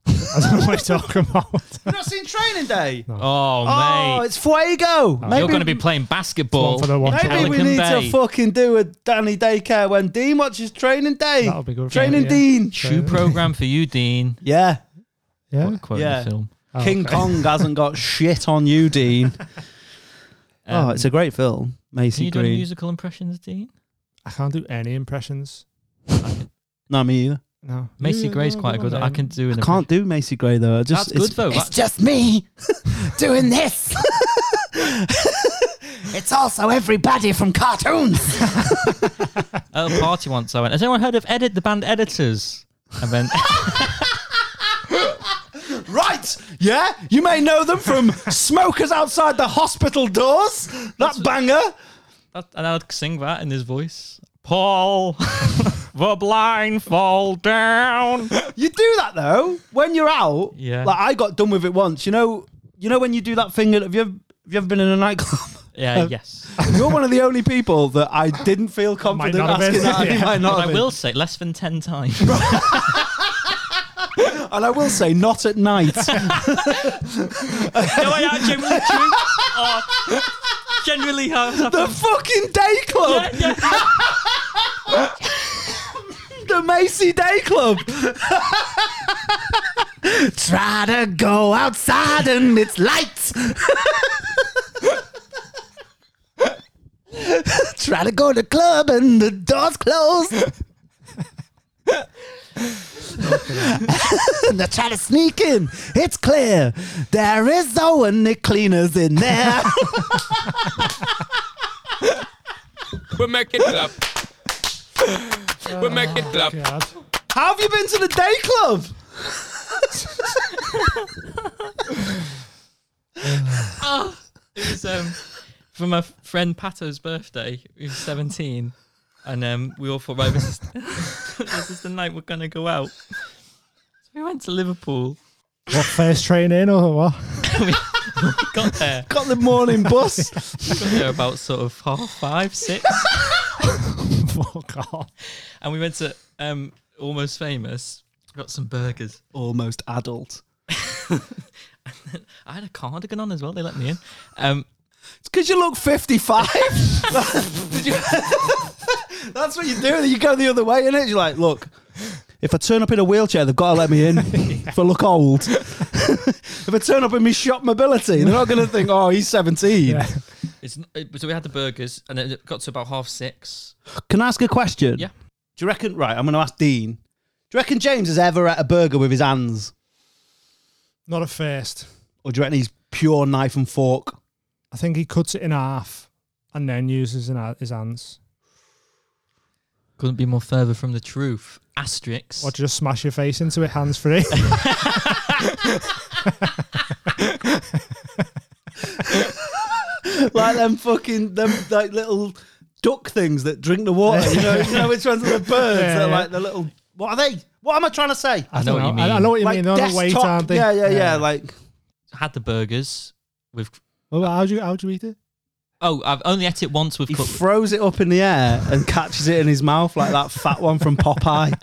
Speaker 5: I don't know what you're talking about.
Speaker 1: You've not seen training day?
Speaker 4: Oh,
Speaker 1: Oh,
Speaker 4: mate, Oh,
Speaker 1: it's Fuego.
Speaker 4: you're going to be playing basketball.
Speaker 5: One for the one.
Speaker 4: in
Speaker 5: Maybe
Speaker 1: Maybe we
Speaker 4: Pelican
Speaker 1: need
Speaker 4: Bay.
Speaker 1: to fucking do a Danny daycare when Dean watches Training Day.
Speaker 5: That'll be good.
Speaker 1: Training
Speaker 5: yeah.
Speaker 1: Dean.
Speaker 4: Shoe program for you, Dean.
Speaker 1: Yeah.
Speaker 5: Yeah.
Speaker 4: Quote
Speaker 1: Yeah.
Speaker 4: the film.
Speaker 5: Oh,
Speaker 1: King
Speaker 5: okay.
Speaker 1: Kong hasn't got shit on you, Dean.
Speaker 4: Um,
Speaker 1: oh, it's a great film,
Speaker 4: Can
Speaker 1: Macy
Speaker 4: you do any
Speaker 1: Green.
Speaker 4: musical impressions, Dean?
Speaker 5: I can't do any impressions.
Speaker 1: no, me either.
Speaker 5: No.
Speaker 4: Macy
Speaker 5: You-
Speaker 4: Gray's
Speaker 5: no,
Speaker 4: quite
Speaker 5: go on
Speaker 4: good. I
Speaker 5: then.
Speaker 4: can do
Speaker 1: I
Speaker 4: an.
Speaker 1: can't do Macy Gray though. I
Speaker 4: That's
Speaker 1: just
Speaker 4: good
Speaker 1: it's,
Speaker 4: though.
Speaker 6: It's just me doing this. it's also everybody from cartoons.
Speaker 4: At a party once, I went. Has anyone heard of Edit the band Editors? And then
Speaker 1: right. Yeah, you may know them from "Smokers Outside the Hospital Doors." That banger.
Speaker 4: and I'd sing that in his voice. Paul, the blindfold down.
Speaker 1: You do that though when you're out.
Speaker 4: Yeah.
Speaker 1: Like I got done with it once. You know. You know when you do that thing. Have you ever, have you ever been in a nightclub?
Speaker 4: Yeah, yes.
Speaker 1: You're one of the only people that I didn't feel confident
Speaker 5: not have
Speaker 1: asking
Speaker 5: been.
Speaker 1: that. and you
Speaker 5: Yeah.
Speaker 1: might not
Speaker 4: But
Speaker 1: have
Speaker 4: I
Speaker 1: been.
Speaker 4: will say less than ten times.
Speaker 1: And I will say, not at night.
Speaker 4: no, I actually literally, uh, generally have.
Speaker 1: the fucking day club.
Speaker 4: Yeah, yeah.
Speaker 1: the Macy Day Club. Try to go outside and it's light. Try to go to club and the door's closed. and they're trying to sneak in. It's clear. There is Owen the cleaners in there.
Speaker 7: We make it clap. We make it clap.
Speaker 5: God.
Speaker 1: How have you been to the day club?
Speaker 4: It was um, for my friend Pato's birthday. He was seventeen, and um, we all thought, right, this is, this is the night we're gonna go out. So we went to Liverpool.
Speaker 5: What first train in or what?
Speaker 4: Got there.
Speaker 1: Got the morning bus.
Speaker 4: got there about sort of half five, six,
Speaker 5: Fuck off.
Speaker 4: and we went to um, Almost Famous. Got some burgers.
Speaker 1: Almost adult.
Speaker 4: I had a cardigan on as well. They let me in. Um,
Speaker 1: Because you look 55. Did you- That's what you do. You go the other way, innit? You're like, look, if I turn up in a wheelchair, they've got to let me in. If I look old. if I turn up in my shop mobility, they're not going to think, oh, he's 17.
Speaker 5: Yeah.
Speaker 4: it's n- it, so we had the burgers, and it got to about half six.
Speaker 1: Can I ask a question?
Speaker 4: Yeah.
Speaker 1: Do you reckon, right, I'm going to ask Dean. Do you reckon James has ever ate a burger with his hands?
Speaker 5: Not at first.
Speaker 1: Or do you reckon he's pure knife and fork?
Speaker 5: I think he cuts it in half and then uses in ha- his hands.
Speaker 4: Couldn't be more further from the truth. Asterix.
Speaker 5: Or just smash your face into it hands free.
Speaker 1: like them fucking them like little duck things that drink the water. You know, you know which ones are the birds?
Speaker 5: Yeah,
Speaker 1: They're
Speaker 5: yeah.
Speaker 1: like the little. What are they? What am I trying to say?
Speaker 4: I know what you mean.
Speaker 5: I, I know what you
Speaker 1: like
Speaker 5: mean. They're on a weight,
Speaker 1: desktop-
Speaker 5: aren't they?
Speaker 1: Yeah, yeah, yeah. Like
Speaker 4: Had the burgers with.
Speaker 5: Well, how do you how do you eat it?
Speaker 4: Oh, I've only ate it once with
Speaker 1: he
Speaker 4: cut.
Speaker 1: throws it up in the air and catches it in his mouth like that fat one from Popeye.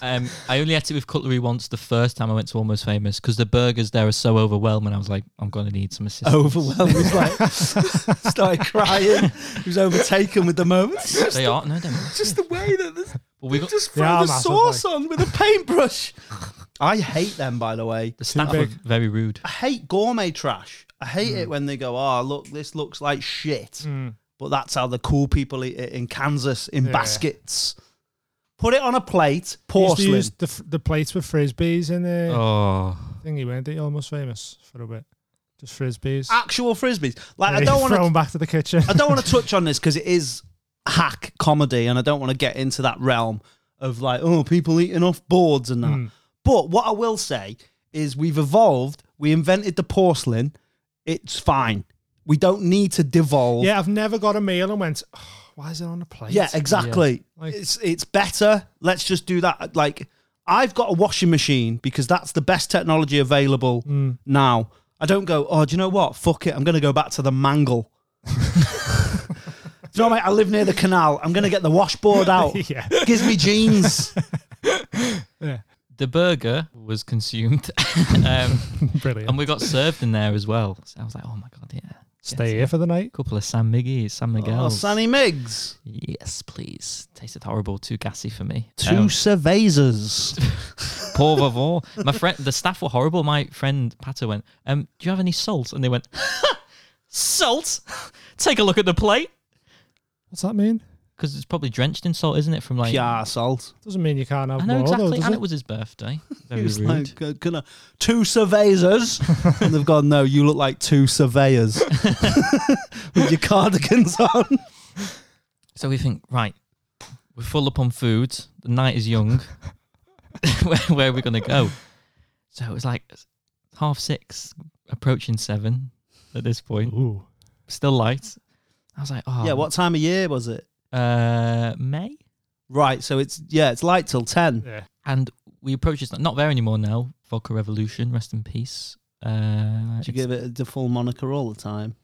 Speaker 4: Um, I only ate it with cutlery once the first time I went to Almost Famous because the burgers there are so overwhelming. I was like, I'm going to need some assistance.
Speaker 1: Overwhelmed, he's like started crying. He was overtaken with the moment. It's just,
Speaker 4: They are. No, they're not.
Speaker 1: just the way that this,
Speaker 4: Well, we got
Speaker 1: just
Speaker 5: They
Speaker 1: throw
Speaker 5: are
Speaker 1: the
Speaker 5: massive,
Speaker 1: sauce on with a paintbrush. I hate them, by the way.
Speaker 4: the staff are
Speaker 5: big.
Speaker 4: very rude.
Speaker 1: I hate gourmet trash. I hate
Speaker 5: Mm.
Speaker 1: it when they go, "Oh, look, this looks like shit," but that's how the cool people eat it in Kansas in
Speaker 5: Yeah.
Speaker 1: baskets. Put it on a plate,
Speaker 5: He used to
Speaker 1: porcelain.
Speaker 5: use the, f- the plates with frisbees in there.
Speaker 4: Oh,
Speaker 5: thingy, weren't they? Almost famous for a bit. Just frisbees.
Speaker 1: Actual frisbees. Like I
Speaker 5: Yeah,
Speaker 1: don't want
Speaker 5: throw
Speaker 1: to.
Speaker 5: 'em back to the kitchen.
Speaker 1: I don't want to touch on this because it is hack comedy, and I don't want to get into that realm of like, oh, people eating off boards and that.
Speaker 5: Mm.
Speaker 1: But what I will say is, we've evolved. We invented the porcelain. It's fine. We don't need to devolve.
Speaker 5: yeah, I've never got a meal and went. Oh, why is it on a plate?
Speaker 1: Yeah, exactly.
Speaker 5: Like-
Speaker 1: it's it's better. Let's just do that. Like I've got a washing machine because that's the best technology available now. I don't go, oh, do you know what? Fuck it. I'm going to go back to the mangle. do you know, mate? I live near the canal. I'm going to get the washboard out.
Speaker 5: Yeah.
Speaker 1: Gives me jeans.
Speaker 4: the burger was consumed, um,
Speaker 5: Brilliant.
Speaker 4: and we got served in there as well. So I was like, oh my god, yeah.
Speaker 5: Stay here for the night.
Speaker 4: A couple of San Miggy, San Miguel.
Speaker 1: oh, Sunny Miggs.
Speaker 4: Yes, please. Tasted horrible. Too gassy for me.
Speaker 1: Two
Speaker 4: Um,
Speaker 1: cervezas.
Speaker 4: Por favor. My friend, the staff were horrible. My friend Pato went, um, "Do you have any salt?" And they went, "Salt? Take a look at the plate,
Speaker 5: What's that mean?
Speaker 4: because it's probably drenched in salt, isn't it?" From like,
Speaker 1: Pure salt.
Speaker 5: Doesn't mean you can't have
Speaker 4: I know
Speaker 5: more
Speaker 4: exactly.
Speaker 5: though, does
Speaker 4: and
Speaker 5: it?
Speaker 4: it was his birthday. Very
Speaker 1: He was
Speaker 4: rude.
Speaker 1: like, uh, gonna, two surveyors. and they've gone, no, you look like two surveyors with your cardigans on.
Speaker 4: so we think, right, we're full up on food. The night is young. where, where are we gonna go? So it was like half six, approaching seven at this point.
Speaker 5: Ooh.
Speaker 4: Still light. I was like, oh
Speaker 1: Yeah, what time of year was it?
Speaker 4: Uh, May.
Speaker 1: Right, so it's yeah, it's light till ten.
Speaker 5: Yeah.
Speaker 4: and we approached this not there anymore now vodka revolution rest in peace uh
Speaker 1: Do you give it the full moniker all the time?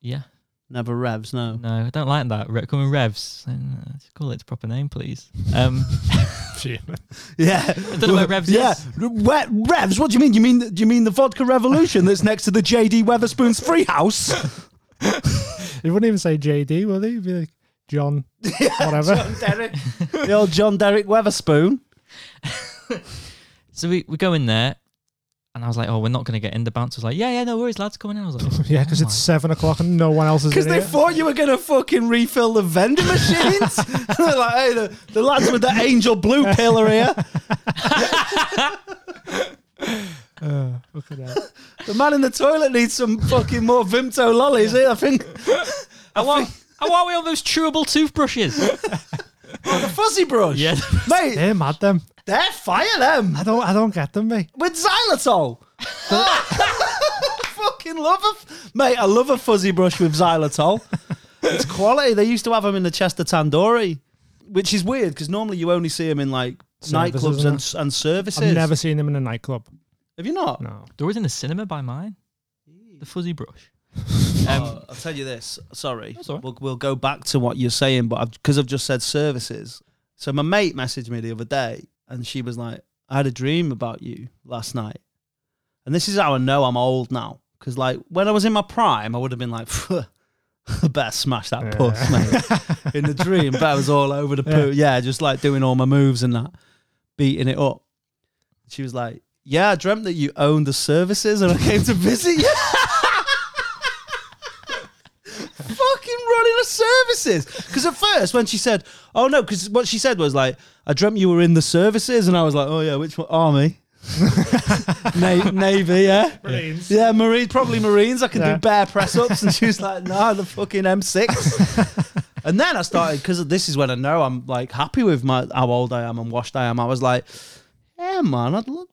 Speaker 4: yeah
Speaker 1: Never revs, no.
Speaker 4: no i don't like that Re- coming revs Uh, just call it its proper name please um
Speaker 1: Yeah,
Speaker 4: don't know where Revs
Speaker 1: yeah.
Speaker 4: is.
Speaker 1: Re- revs. What do you mean? You mean do you mean the vodka revolution that's next to the JD Weatherspoon's free house?
Speaker 5: He wouldn't even say JD, would he? He'd be like John, whatever.
Speaker 1: Derek, the old John Derek Weatherspoon.
Speaker 4: so we, we go in there and i was like oh we're not going to get in the bouncer was like yeah yeah no worries lads coming in i was like
Speaker 5: Yeah, because
Speaker 4: oh
Speaker 5: it's seven o'clock and no one else is
Speaker 1: Because
Speaker 5: in
Speaker 1: they
Speaker 5: here.
Speaker 1: thought you were going to fucking refill the vending machines. They're like, hey, the, the lads with the angel blue pill are here.
Speaker 5: Uh, look at that.
Speaker 1: The man in the toilet needs some fucking more Vimto lollies here, I think.
Speaker 4: my- I want I want we on those chewable toothbrushes
Speaker 1: Oh, the fuzzy brush.
Speaker 4: yeah
Speaker 1: Mate,
Speaker 5: They're mad them.
Speaker 1: They're fire them
Speaker 5: I don't I don't get them, mate.
Speaker 1: with xylitol. Fucking love a f- mate. I love a fuzzy brush with xylitol. It's quality. They used to have them in the Chester Tandoori, which is weird because normally you only see them in like
Speaker 5: Services,
Speaker 1: nightclubs
Speaker 5: isn't
Speaker 1: and, and services.
Speaker 5: I've never seen them in a nightclub.
Speaker 1: Have you not?
Speaker 5: No.
Speaker 4: there was in the cinema by mine the fuzzy brush
Speaker 1: Oh, I'll tell you this. Sorry,
Speaker 4: Um, all right.
Speaker 1: we'll, we'll go back to what you're saying, but because I've just said services. So my mate messaged me the other day, and she was like, "I had a dream about you last night," and this is how I know I'm old now. Because like when I was in my prime, I would have been like, "Phew, I "Better smash that puss, mate." in the dream, but I was all over the poo. Yeah, just like doing all my moves and that, beating it up. She was like, "Yeah, I dreamt that you owned the services, and I came to visit you." fucking running a service services. Because at first, when she said, "Oh no," because what she said was like, "I dreamt you were in the services," and I was like, "Oh yeah, which one? Army, Na- Navy, yeah,
Speaker 5: Marines.
Speaker 1: yeah, Marines, probably Marines. I can
Speaker 5: Yeah.
Speaker 1: do bear press ups." And she was like, "Nah, the fucking M6." and then I started because this is when I know I'm like happy with my how old I am and washed I am. I was like, "Yeah, man, I'd look."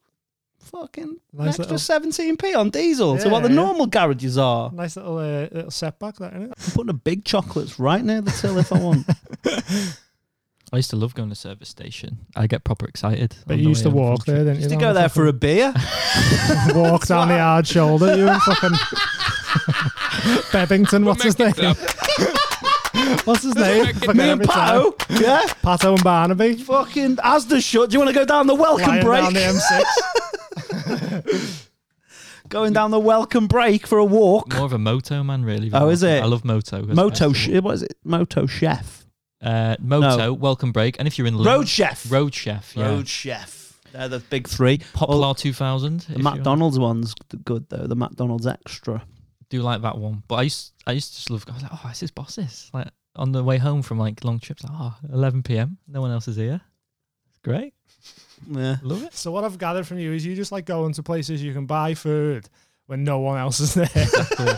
Speaker 1: Fucking
Speaker 5: Nice
Speaker 1: extra
Speaker 5: little-
Speaker 1: seventeen p on diesel. so
Speaker 5: Yeah,
Speaker 1: what the
Speaker 5: yeah.
Speaker 1: normal garages are.
Speaker 5: Nice little uh, little setback, that isn't it?
Speaker 1: I'm putting a big chocolates right near the till if I want.
Speaker 4: I used to love going to service station. I get proper excited.
Speaker 5: But
Speaker 4: on
Speaker 5: you
Speaker 4: the
Speaker 5: used to
Speaker 4: way home from
Speaker 5: walk
Speaker 4: trip.
Speaker 5: there, didn't you?
Speaker 1: Used to go there for a beer.
Speaker 5: a walk down the hard shoulder. You and fucking Bebbington. What's his name?
Speaker 7: Make it up.
Speaker 5: What's his name?
Speaker 7: Make it
Speaker 5: Fucking
Speaker 7: up.
Speaker 5: every time.
Speaker 1: Pato, yeah.
Speaker 5: Pato and Barnaby.
Speaker 1: Fucking Asda shut. Do you want to go down the welcome
Speaker 5: Lying
Speaker 1: break?
Speaker 5: down the M6.
Speaker 1: Going down the welcome break for a walk.
Speaker 4: More of a moto man, really. than
Speaker 1: Oh, is
Speaker 4: walking.
Speaker 1: it?
Speaker 4: I love moto. as
Speaker 1: Moto,
Speaker 4: well.
Speaker 1: sh- what is it? Moto chef.
Speaker 4: Uh, moto, welcome break, and if you're in London,
Speaker 1: Road chef.
Speaker 4: road chef, yeah.
Speaker 1: Road chef. They're the big three.
Speaker 4: Poplar 2000. if
Speaker 1: The
Speaker 4: you
Speaker 1: McDonald's one's good though. The McDonald's extra.
Speaker 4: do like that one, but I used I used to just love. I was like, oh, this is bosses. Like on the way home from like long trips, like, oh, 11 p.m. No one else is here. It's great.
Speaker 1: Yeah.
Speaker 4: Love it.
Speaker 5: So what I've gathered from you is you just like going to places you can buy food when no one else is there.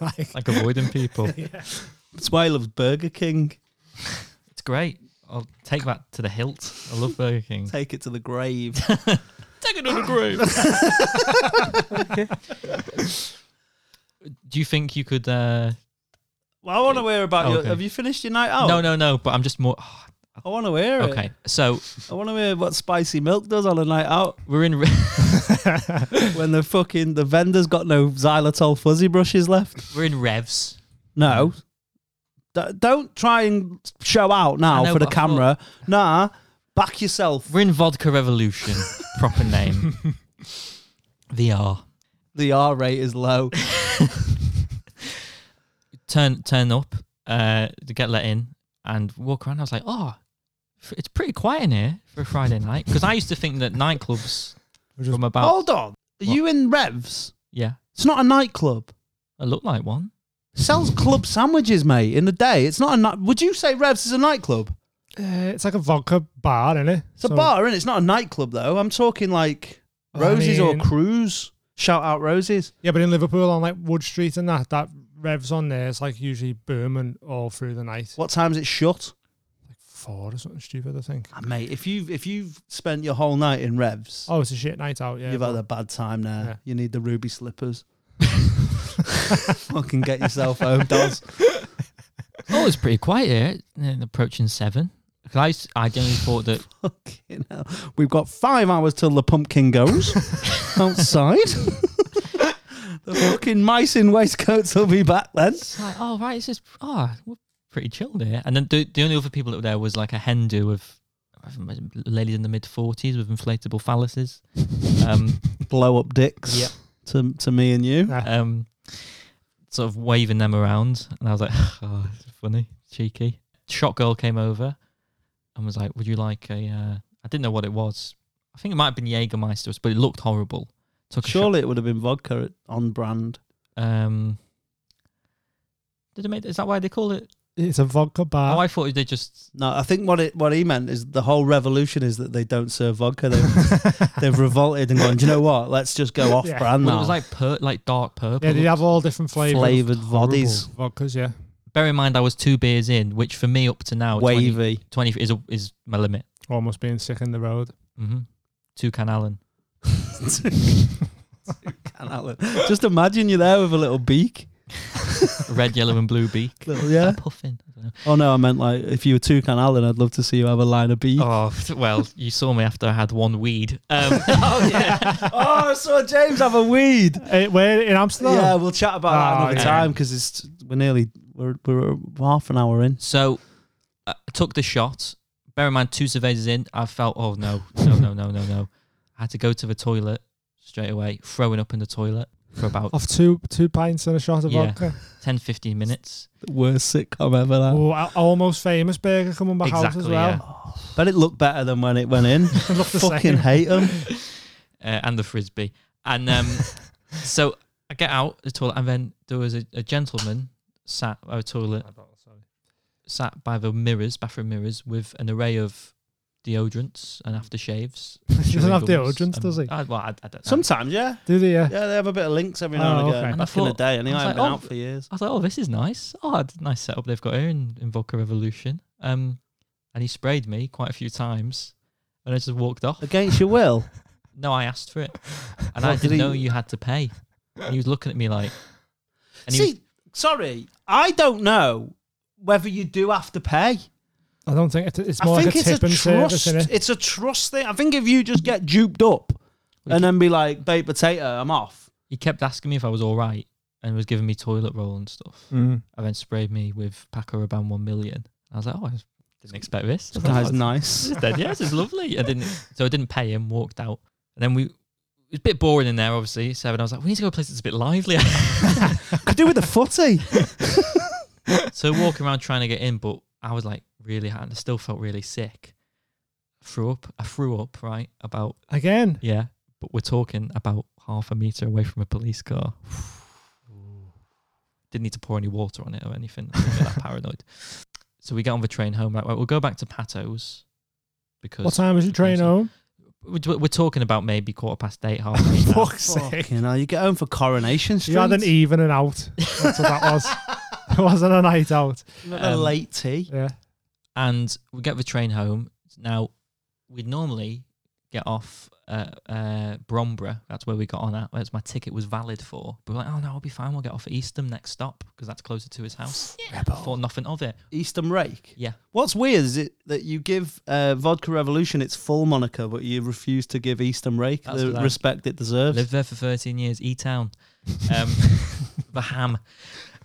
Speaker 5: like,
Speaker 4: Like avoiding people.
Speaker 1: That's why I love Burger King.
Speaker 4: It's great. I'll take that to the hilt. I love Burger King.
Speaker 1: Take it to the grave.
Speaker 4: Take it on the grave. Do you think you could? Uh,
Speaker 1: well, I want to hear about your.
Speaker 4: Okay.
Speaker 1: Have you finished your night out?
Speaker 4: No, no, no. But I'm just more.
Speaker 1: I want to hear it.
Speaker 4: okay, so
Speaker 1: I want to hear what spicy milk does on a night out.
Speaker 4: we're in. Re-
Speaker 1: when the fucking the vendor's got no xylitol fuzzy brushes left.
Speaker 4: we're in revs.
Speaker 1: No. D- don't try and show out now
Speaker 4: I know,
Speaker 1: for the
Speaker 4: but I thought-
Speaker 1: camera. Nah, back yourself.
Speaker 4: We're in Vodka Revolution. proper name. VR.
Speaker 1: The R rate is low.
Speaker 4: Turn turn up uh, to get let in and walk around. I was like, oh, f- it's pretty quiet in here for a Friday night because I used to think that nightclubs from
Speaker 5: Uh,
Speaker 4: about
Speaker 1: Hold on. Are you in Revs?
Speaker 4: yeah,
Speaker 1: It's not a nightclub.
Speaker 4: I look like one.
Speaker 1: Sells club sandwiches, mate, in the day. It's not a night. Would you say Revs is a nightclub?
Speaker 5: uh, it's like a vodka bar, isn't it?
Speaker 1: It's a bar, and It's not a nightclub, though. I'm talking like Roses
Speaker 5: mean-
Speaker 1: or Cruise. Shout out Roses.
Speaker 5: Yeah, but in Liverpool on like Wood Street and that, that revs on there. It's like usually booming all through the night.
Speaker 1: What time's it shut?
Speaker 5: Like four or something stupid, I think.
Speaker 1: Ah, mate, if you've if you've spent your whole night in Revs,
Speaker 5: Oh, it's a shit night out. Yeah,
Speaker 1: You've had a bad time now.
Speaker 5: Yeah.
Speaker 1: You need the ruby slippers. Fucking get yourself home, dolls.
Speaker 4: Oh, it's pretty quiet here. And approaching seven. 'Cause I used- I generally thought that
Speaker 1: Fucking hell. We've got five hours till the pumpkin goes outside. the fucking mice in waistcoats will be back then.
Speaker 4: It's like, oh right, it's just oh, we're pretty chilled here. And then the, the only other people that were there was like a Hindu of ladies in the mid forties with inflatable phalluses. Um,
Speaker 1: Blow up dicks
Speaker 4: Yep.
Speaker 1: to, to me and you.
Speaker 4: um, sort of waving them around, and I was like, oh, this is funny, cheeky. Shot girl came over and was like, would you like a? Uh, I didn't know what it was. I think it might have been Jägermeisters, but it looked horrible. Took a shot.
Speaker 1: Surely it would have been vodka at- on brand.
Speaker 4: Um, did it make? Is that why they call it?
Speaker 5: It's a vodka
Speaker 4: oh,
Speaker 5: bar.
Speaker 4: I thought they just
Speaker 1: No, I think what it what he meant is the whole revolution is that they don't serve vodka. They've, they've revolted and gone, do you know what? Let's just go off
Speaker 5: Yeah.
Speaker 1: brand
Speaker 4: Well,
Speaker 1: now.
Speaker 4: it was like pur- like dark purple.
Speaker 5: yeah, they have all different flavors.
Speaker 1: Flavoured bodies.
Speaker 5: Vodkas, yeah.
Speaker 4: Bear in mind, I was two beers in, which for me up to now, 20,
Speaker 1: Wavy.
Speaker 4: 20 is a, is my limit.
Speaker 5: Almost being sick in the road.
Speaker 4: Mm-hmm. Two Can Allen.
Speaker 1: Can Allen. Just imagine you're there with a little beak.
Speaker 4: red, yellow, and blue beak.
Speaker 1: Little, yeah.
Speaker 4: I'm puffing. I don't know.
Speaker 1: Oh no, I meant like if you were toucan Allen, I'd love to see you have a line of beak.
Speaker 4: Oh well, you saw me after I had one weed. Um,
Speaker 1: Oh, I saw James have a weed.
Speaker 5: Eh, where in Amsterdam?
Speaker 1: Yeah, we'll chat about that
Speaker 5: Oh,
Speaker 1: another
Speaker 5: yeah.
Speaker 1: time because it's we're nearly we're we're half an hour in.
Speaker 4: so uh, I took the shot. Bear in mind, two surveys in, I felt oh no, no, no, no, no, no. I had to go to the toilet straight away, throwing up in the toilet for
Speaker 1: Oh.
Speaker 4: about
Speaker 5: Off two two pints and a shot of
Speaker 4: Yeah.
Speaker 5: vodka.
Speaker 4: 10, 15 minutes.
Speaker 1: The worst sitcom ever. That.
Speaker 5: Oh, Al- almost famous burger coming back out as
Speaker 4: Exactly,
Speaker 5: well.
Speaker 4: yeah.
Speaker 1: But it looked better than when it went in.
Speaker 5: Looked the
Speaker 1: Fucking
Speaker 5: same.
Speaker 1: hate them.
Speaker 4: uh, and the frisbee. And um, so I get out the toilet, and then there was a, a gentleman sat at a toilet uh, sat by the mirrors, bathroom mirrors, with an array of deodorants and aftershaves.
Speaker 5: He doesn't have
Speaker 4: chewing gums,
Speaker 5: deodorants,
Speaker 4: and-
Speaker 5: does he?
Speaker 4: I, well, I, I don't know.
Speaker 1: Sometimes, yeah.
Speaker 5: Do they? Uh,
Speaker 1: Yeah, they have a bit of links every now
Speaker 5: Oh,
Speaker 1: and
Speaker 5: okay.
Speaker 1: again.
Speaker 5: And
Speaker 4: I
Speaker 1: Back in the
Speaker 4: thought-
Speaker 1: day, anyway,
Speaker 4: I was
Speaker 1: I have
Speaker 4: like,
Speaker 1: been
Speaker 4: oh,
Speaker 1: out for years.
Speaker 4: I thought, oh, this is nice. Oh, it's a nice setup they've got here in, in Vodka Revolution. Um, and he sprayed me quite a few times, and I just walked off.
Speaker 1: Against your will.
Speaker 4: No, I asked for it, and
Speaker 1: What
Speaker 4: I
Speaker 1: did
Speaker 4: didn't
Speaker 1: he-
Speaker 4: know you had to pay. And he was looking at me like, and he
Speaker 1: See, sorry, I don't know whether you do have to pay.
Speaker 5: I don't think it's, it's
Speaker 1: I
Speaker 5: more
Speaker 1: think
Speaker 5: like a
Speaker 1: it's
Speaker 5: tip
Speaker 1: a
Speaker 5: and service,
Speaker 1: trust.
Speaker 5: isn't it?
Speaker 1: It's a trust thing. I think if you just get duped up and then be like, baked potato, I'm off.
Speaker 4: he kept asking me if I was all right, and was giving me toilet roll and stuff.
Speaker 5: Mm.
Speaker 4: and then sprayed me with Paco Rabanne 1 million. I was like, oh, I didn't expect this.
Speaker 1: This guy's nice.
Speaker 4: This is dead. Yeah, this is lovely. I didn't, so I didn't pay him, walked out. And then we, it was a bit boring in there, obviously. So I was like, we need to go to a place that's a bit lively.
Speaker 1: Could do with a footy.
Speaker 4: so walking around trying to get in, but I was like really hot and I still felt really sick. Threw up. I threw up, right? About,
Speaker 5: Again,
Speaker 4: yeah, but we're talking about half a meter away from a police car. Didn't need to pour any water on it or anything. I didn't get that paranoid. So we get on the train home. Right, right we'll go back to Pato's because
Speaker 5: what time is your train
Speaker 4: Awesome.
Speaker 5: home?
Speaker 4: we're, we're talking about maybe quarter past eight, half eight. now.
Speaker 5: Fuck's sake.
Speaker 1: You know, you get home for Coronation Street.
Speaker 5: You had an even and out. That's what that was. It wasn't a night out.
Speaker 1: You've had a
Speaker 4: Um,
Speaker 1: late tea.
Speaker 5: Yeah.
Speaker 4: and we get the train home. Now, we'd normally get off uh, uh, Bromborough. That's where we got on at. That's my ticket was valid for. But we're like, oh no, I'll be fine. We'll get off at Eastham next stop because that's closer to his house. Thought nothing of it.
Speaker 1: Eastern Rake.
Speaker 4: Yeah.
Speaker 1: What's weird is it that you give uh, Vodka Revolution its full moniker, but you refuse to give Eastern Rake
Speaker 4: That's
Speaker 1: the
Speaker 4: right.
Speaker 1: respect it deserves.
Speaker 4: Lived there for 13 years, E Town. Um, the ham.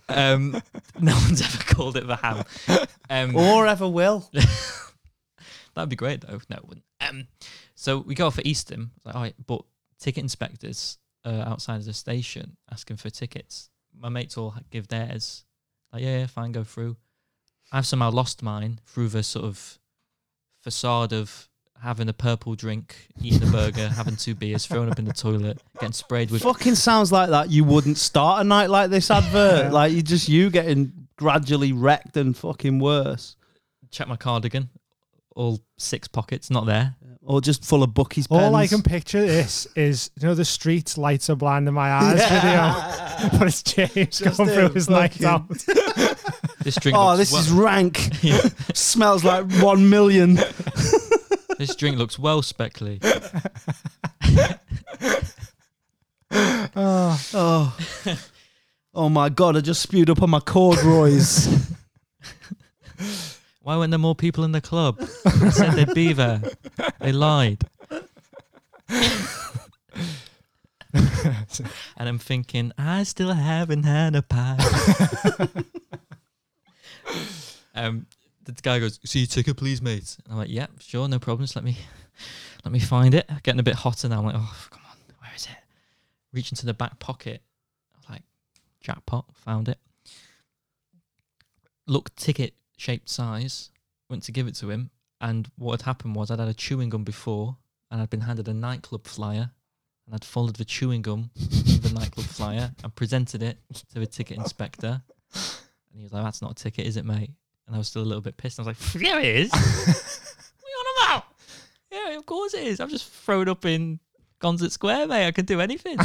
Speaker 4: Um, no one's ever called it the ham. Um,
Speaker 1: Or ever will.
Speaker 4: That'd be great though. No, it wouldn't. Um, so we go off at Eastham. It's Like, all right, but ticket inspectors uh, outside of the station asking for tickets. My mates all ha- give theirs. Like, yeah, yeah, fine, go through. I've somehow lost mine through the sort of facade of having a purple drink, eating a burger, having two beers, thrown up in the toilet, getting sprayed with.
Speaker 1: Fucking sounds like that. You wouldn't start a night like this advert.
Speaker 5: Yeah.
Speaker 1: Like you just you getting gradually wrecked and fucking worse,
Speaker 4: Check my cardigan, all six pockets, not there.
Speaker 1: or just full of Bucky's pens.
Speaker 5: All I can picture this is, you know, the street lights are blinding my eyes video, but it's James going through
Speaker 1: him,
Speaker 5: his night
Speaker 1: fucking-
Speaker 5: out.
Speaker 4: This drink.
Speaker 1: Oh,
Speaker 4: looks
Speaker 1: this
Speaker 4: wel-
Speaker 1: is rank.
Speaker 4: Yeah.
Speaker 1: Smells like one million.
Speaker 4: This drink looks well speckly.
Speaker 5: Oh,
Speaker 1: Oh. oh my god! I just spewed up on my corduroys.
Speaker 4: Why weren't there more people in the club? they said they'd be there. They lied. and I'm thinking, I still haven't had a pie. um, the guy goes, "See your ticket, please, mate." And I'm like, "Yeah, sure, no problem. Just let me, let me find it." Getting a bit hotter now. I'm like, "Oh, come on, where is it?" Reaching to the back pocket, I was like, "Jackpot, found it." Look, ticket shaped size. Went to give it to him, and what had happened was I'd had a chewing gum before, and I'd been handed a nightclub flyer, and I'd folded the chewing gum in the nightclub flyer and presented it to the ticket inspector, and he was like, "That's not a ticket, is it, mate?" And I was still a little bit pissed. I was like, "Yeah, it is. what are you on about? Yeah, of course it is. I've just thrown up in Gonzet Square, mate. I can do anything."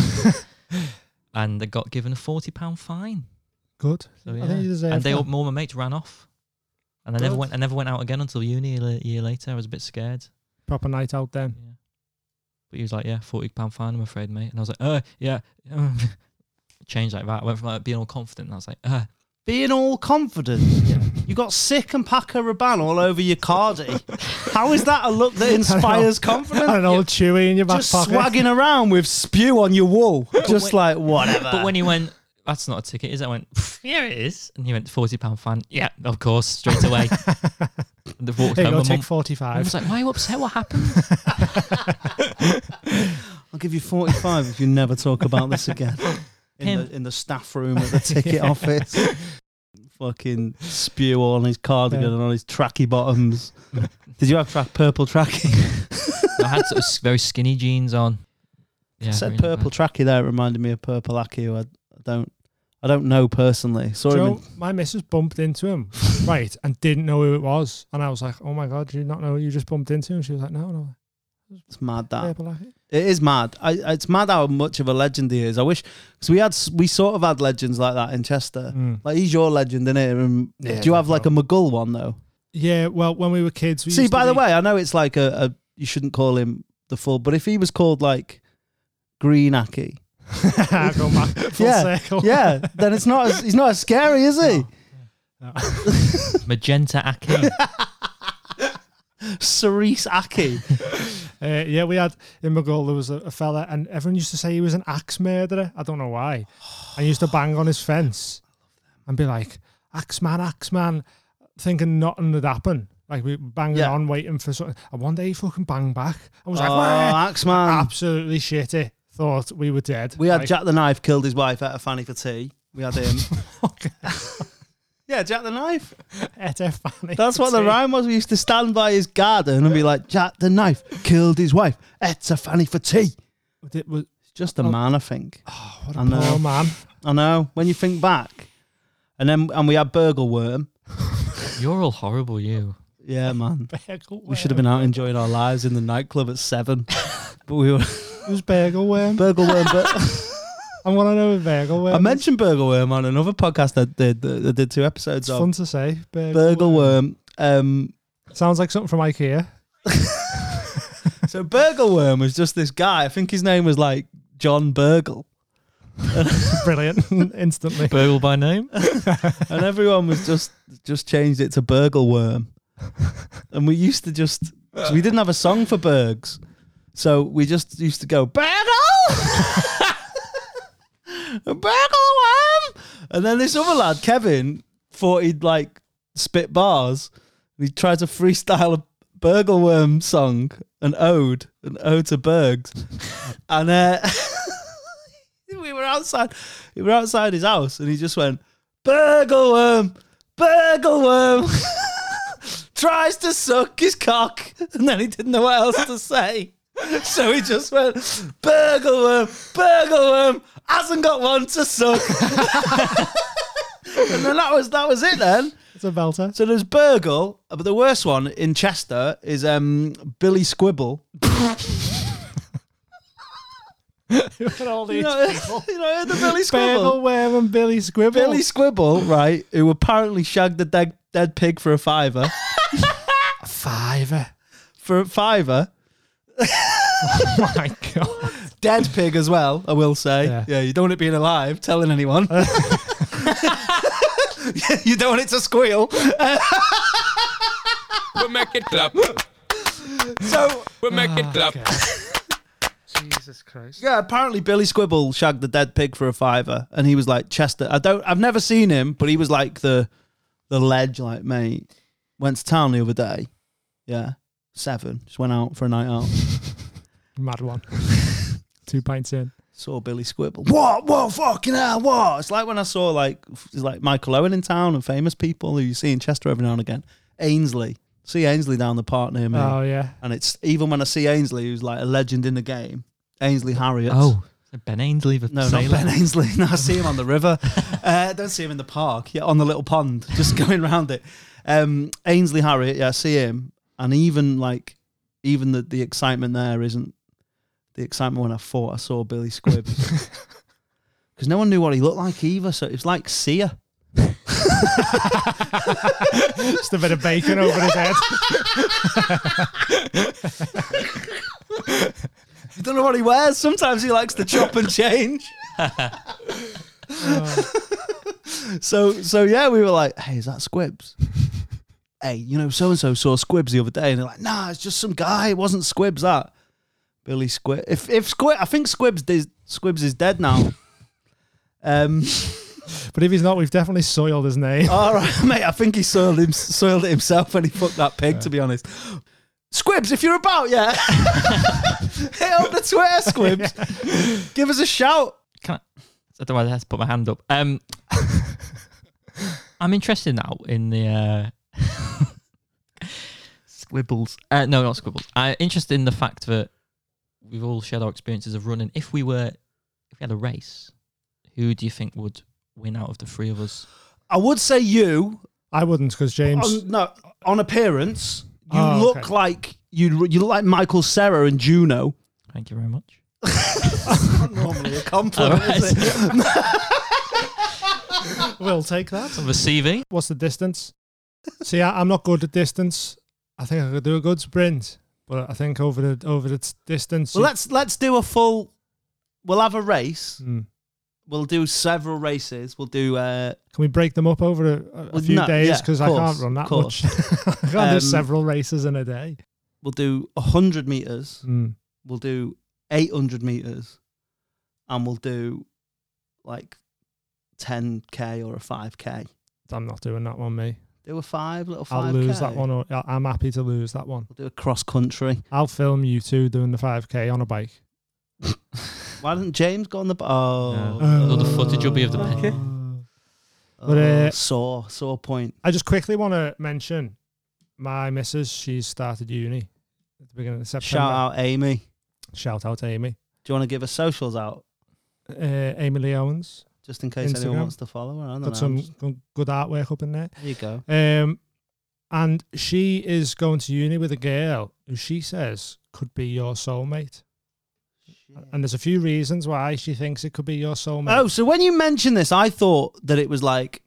Speaker 4: and I got given a forty pound fine.
Speaker 5: good.
Speaker 4: So,
Speaker 5: I think you deserve
Speaker 4: and they
Speaker 5: that.
Speaker 4: all, all my mates ran off, and I never
Speaker 5: Good.
Speaker 4: went. I never went out again until uni a li- year later. I was a bit scared.
Speaker 5: Proper night out
Speaker 4: Yeah.
Speaker 1: Hmm.
Speaker 5: then.
Speaker 4: But he was like, "Yeah, forty pound fine. I'm afraid, mate." And I was like, "Uh, yeah." Changed like that. I went from like being all confident. And I was like, "Uh,
Speaker 1: Being all confident. You got sick and Paco Rabanne all over your cardi. How is that a look that inspires confidence?
Speaker 5: And an old chewy in your back
Speaker 1: Um, just
Speaker 5: pocket.
Speaker 1: swagging around with spew on your wall, just
Speaker 4: when-
Speaker 1: like whatever.
Speaker 4: But when he went, that's not a ticket, is it? I went, yeah, it is. And he went, forty pound fine. Yeah, of course, straight away. and they walked
Speaker 5: Here you
Speaker 4: home.
Speaker 5: go,
Speaker 4: My mum-
Speaker 5: take
Speaker 4: I was
Speaker 5: 45.
Speaker 4: like, why are you upset? What happened?
Speaker 1: I'll give you forty-five if you never talk about this again in
Speaker 4: Him.
Speaker 1: the, in the staff room at the ticket office. Fucking spew on his cardigan
Speaker 5: Yeah.
Speaker 1: and on his tracky bottoms. Did you have track purple tracky?
Speaker 4: I had sort of s- very skinny jeans on. Yeah,
Speaker 1: I said
Speaker 4: really
Speaker 1: purple tracky there. It reminded me of purple Aki. Who I, I don't. I don't know personally. Sorry.
Speaker 5: Joe, my missus bumped into him, right, and didn't know who it was. And I was like, oh my God, do you not know who you just bumped into? And she was like, no, no.
Speaker 1: It's mad that.
Speaker 5: yeah, but like it."
Speaker 1: It is mad. I, it's mad how much of a legend he is. I wish because we had s- we sort of had legends like that in Chester.
Speaker 5: Mm.
Speaker 1: Like he's your legend, isn't it? Um,
Speaker 5: Yeah,
Speaker 1: do you have
Speaker 5: no
Speaker 1: like a McGull one though?
Speaker 5: Yeah, well, when we were kids, we
Speaker 1: See,
Speaker 5: used to
Speaker 1: by the
Speaker 5: be-
Speaker 1: way, I know it's like a, a you shouldn't call him the full, but if he was called like Green Aki,
Speaker 5: go back full
Speaker 1: Yeah,
Speaker 5: circle.
Speaker 1: yeah, then it's not as, he's not as scary, is he?
Speaker 4: Magenta Aki.
Speaker 1: Cerise Aki.
Speaker 5: Uh, yeah, we had in McGull there was a, a fella, and everyone used to say he was an axe murderer. I don't know why. And he used to bang on his fence and be like, "Axe man, axe man," thinking nothing would happen. Like we were banging
Speaker 1: Yeah.
Speaker 5: on, waiting for something. And one day he fucking banged back. I was
Speaker 1: oh,
Speaker 5: like, "Wah!"
Speaker 1: Axeman.
Speaker 5: absolutely shitty. Thought we were dead.
Speaker 1: We had
Speaker 5: Like,
Speaker 1: Jack the Knife killed his wife out of Fanny for tea. We had him. yeah, Jack the Knife.
Speaker 5: ETF Fanny.
Speaker 1: That's what the rhyme was. We used to stand by his garden and be like, Jack the knife killed his wife. It's a fanny for tea.
Speaker 5: It was,
Speaker 1: Just a
Speaker 5: Oh.
Speaker 1: man, I think.
Speaker 5: what
Speaker 1: I
Speaker 5: a
Speaker 1: know.
Speaker 5: poor man.
Speaker 1: I know. When you think back, and then and we had burgle worm.
Speaker 4: You're all horrible, you.
Speaker 1: Yeah, man. We should have been out enjoying our lives in the nightclub at seven, but we were
Speaker 5: It was bagel worm.
Speaker 1: burgle worm. But
Speaker 5: I want to know what bagel worm.
Speaker 1: I
Speaker 5: is.
Speaker 1: mentioned burgle worm on another podcast that did that I did two episodes
Speaker 5: It's
Speaker 1: of
Speaker 5: fun to say. Bagel,
Speaker 1: burgle worm. Um,
Speaker 5: Sounds like something from IKEA.
Speaker 1: So burgle worm was just this guy. I think his name was like John Burgle.
Speaker 5: Brilliant. Instantly.
Speaker 4: Burgle by name.
Speaker 1: and everyone was just just changed it to burgle worm and we used to just 'cause we didn't have a song for bergs so we just used to go burgle burgle worm and then this other lad kevin thought he'd like spit bars he tried to freestyle a burgle worm song an ode an ode to bergs and uh we were outside we were outside his house and he just went Burgle worm, burgle worm, tries to suck his cock, and then he didn't know what else to say. So he just went, burgle worm, burgle worm, hasn't got one to suck. and then that was that was it then.
Speaker 5: It's a belter.
Speaker 1: So there's burgle, uh, but the worst one in Chester is um, Billy Squibble.
Speaker 5: all
Speaker 1: You
Speaker 5: these
Speaker 1: know, you know the Billy Squibble.
Speaker 5: bagel worm and Billy Squibble.
Speaker 1: Billy Squibble, right, who apparently shagged a dead, dead pig for a fiver.
Speaker 5: Fiver.
Speaker 1: for a fiver.
Speaker 5: My God.
Speaker 1: Dead pig as well, I will say. Yeah,
Speaker 5: Yeah.
Speaker 1: you don't want it being alive, telling anyone. you don't want it to squeal.
Speaker 7: We make it clap.
Speaker 1: So,
Speaker 7: We make it clap.
Speaker 5: Jesus Christ.
Speaker 1: yeah, apparently Billy Squibble shagged the dead pig for a fiver and he was like Chester. I don't I've never seen him, but he was like the the ledge like mate. Went to town the other day. Yeah. 7. Just went out for a night out.
Speaker 5: Mad one. Two pints in.
Speaker 1: saw Billy Squibble. What? What? Fucking hell! What? It's like when I saw like f- it's like Michael Owen in town and famous people who you see in Chester every now and again. Ainsley, see Ainsley down the park near me,
Speaker 5: Oh, yeah.
Speaker 1: and it's even when I see Ainsley, who's like a legend in the game, Ainsley Harriott.
Speaker 4: Oh, Ben Ainsley of
Speaker 1: No,
Speaker 4: Salem.
Speaker 1: not Ben Ainsley. No, I see him on the river. Uh, don't see him in the park. Yeah, on the little pond, just going round it. Um, Ainsley Harriott. Yeah, I see him, and even like, even the the excitement there isn't the excitement when I thought I saw Billy Squibb, because no one knew what he looked like either. So it was like seer.
Speaker 5: Just a bit of bacon over his head.
Speaker 1: You don't know what he wears. Sometimes he likes to chop and change. So so yeah, we were like, hey, is that Squibs? hey, you know, so and so saw Squibs the other day, and they're like, nah, it's just some guy. It wasn't Squibs that. Billy Squib. If if Squib, I think Squibs is Squibs is dead now. um,
Speaker 5: But if he's not, we've definitely soiled his name.
Speaker 1: all right, mate. I think he soiled him soiled it himself when he fucked that pig. To be honest, Squibs, if you're about, yeah, hit up the Twitter, Squibs. Give us a shout.
Speaker 4: Can I? I don't know why I had to put my hand up. Um, I'm interested now in the uh, squibbles. Uh, no, not squibbles. I'm interested in the fact that we've all shared our experiences of running. If we were, if we had a race, who do you think would win out of the three of us?
Speaker 1: I would say you,
Speaker 5: I wouldn't, because James.
Speaker 1: on, no, on appearance, you
Speaker 5: Oh,
Speaker 1: look
Speaker 5: okay.
Speaker 1: like you you look like Michael Serra and Juno.
Speaker 4: Thank you very much.
Speaker 1: Not normally a compliment, is it?
Speaker 5: Um, we'll take that.
Speaker 4: Of a CV.
Speaker 5: What's the distance? See, I, I'm not good at distance. I think I could do a good sprint, but I think over the over the t- distance.
Speaker 1: Well,
Speaker 5: you-
Speaker 1: let's let's do a full. We'll have a race.
Speaker 5: Mm.
Speaker 1: We'll do several races. We'll do. Uh,
Speaker 5: Can we break them up over a, a- a
Speaker 1: Well,
Speaker 5: few
Speaker 1: no, yeah,
Speaker 5: days? Because I
Speaker 1: course,
Speaker 5: can't run that
Speaker 1: course.
Speaker 5: much. I can't do
Speaker 1: Um,
Speaker 5: several races in a day.
Speaker 1: we'll do hundred meters.
Speaker 5: Mm.
Speaker 1: We'll do eight hundred meters, and we'll do like ten k or a five k.
Speaker 5: I'm not doing that one, me.
Speaker 1: Do a five little
Speaker 5: I'll
Speaker 1: five.
Speaker 5: lose that one. Or, I- I'm happy to lose that one.
Speaker 1: We'll do a cross country.
Speaker 5: I'll film you two doing the 5K on a bike.
Speaker 1: Why didn't James go on the? b- Oh,
Speaker 5: Yeah.
Speaker 4: All the footage will be of the
Speaker 1: Okay.
Speaker 4: pen.
Speaker 1: But
Speaker 5: But, uh,
Speaker 1: sore, sore point.
Speaker 5: I just quickly want to mention my missus. She's started uni at the beginning of
Speaker 1: Shout
Speaker 5: September.
Speaker 1: out Amy.
Speaker 5: Shout out, Amy.
Speaker 1: Do you want to give her socials out
Speaker 5: Uh, Amy Lee Owens.
Speaker 1: just in case
Speaker 5: Instagram.
Speaker 1: anyone wants to follow her? I don't know.
Speaker 5: Got some
Speaker 1: Just-
Speaker 5: good- good artwork up in there.
Speaker 1: there you go.
Speaker 5: Um, and she is going to uni with a girl who she says could be your soulmate. And there's a few reasons why she thinks it could be your soulmate.
Speaker 1: Oh, so when you mentioned this, I thought that it was like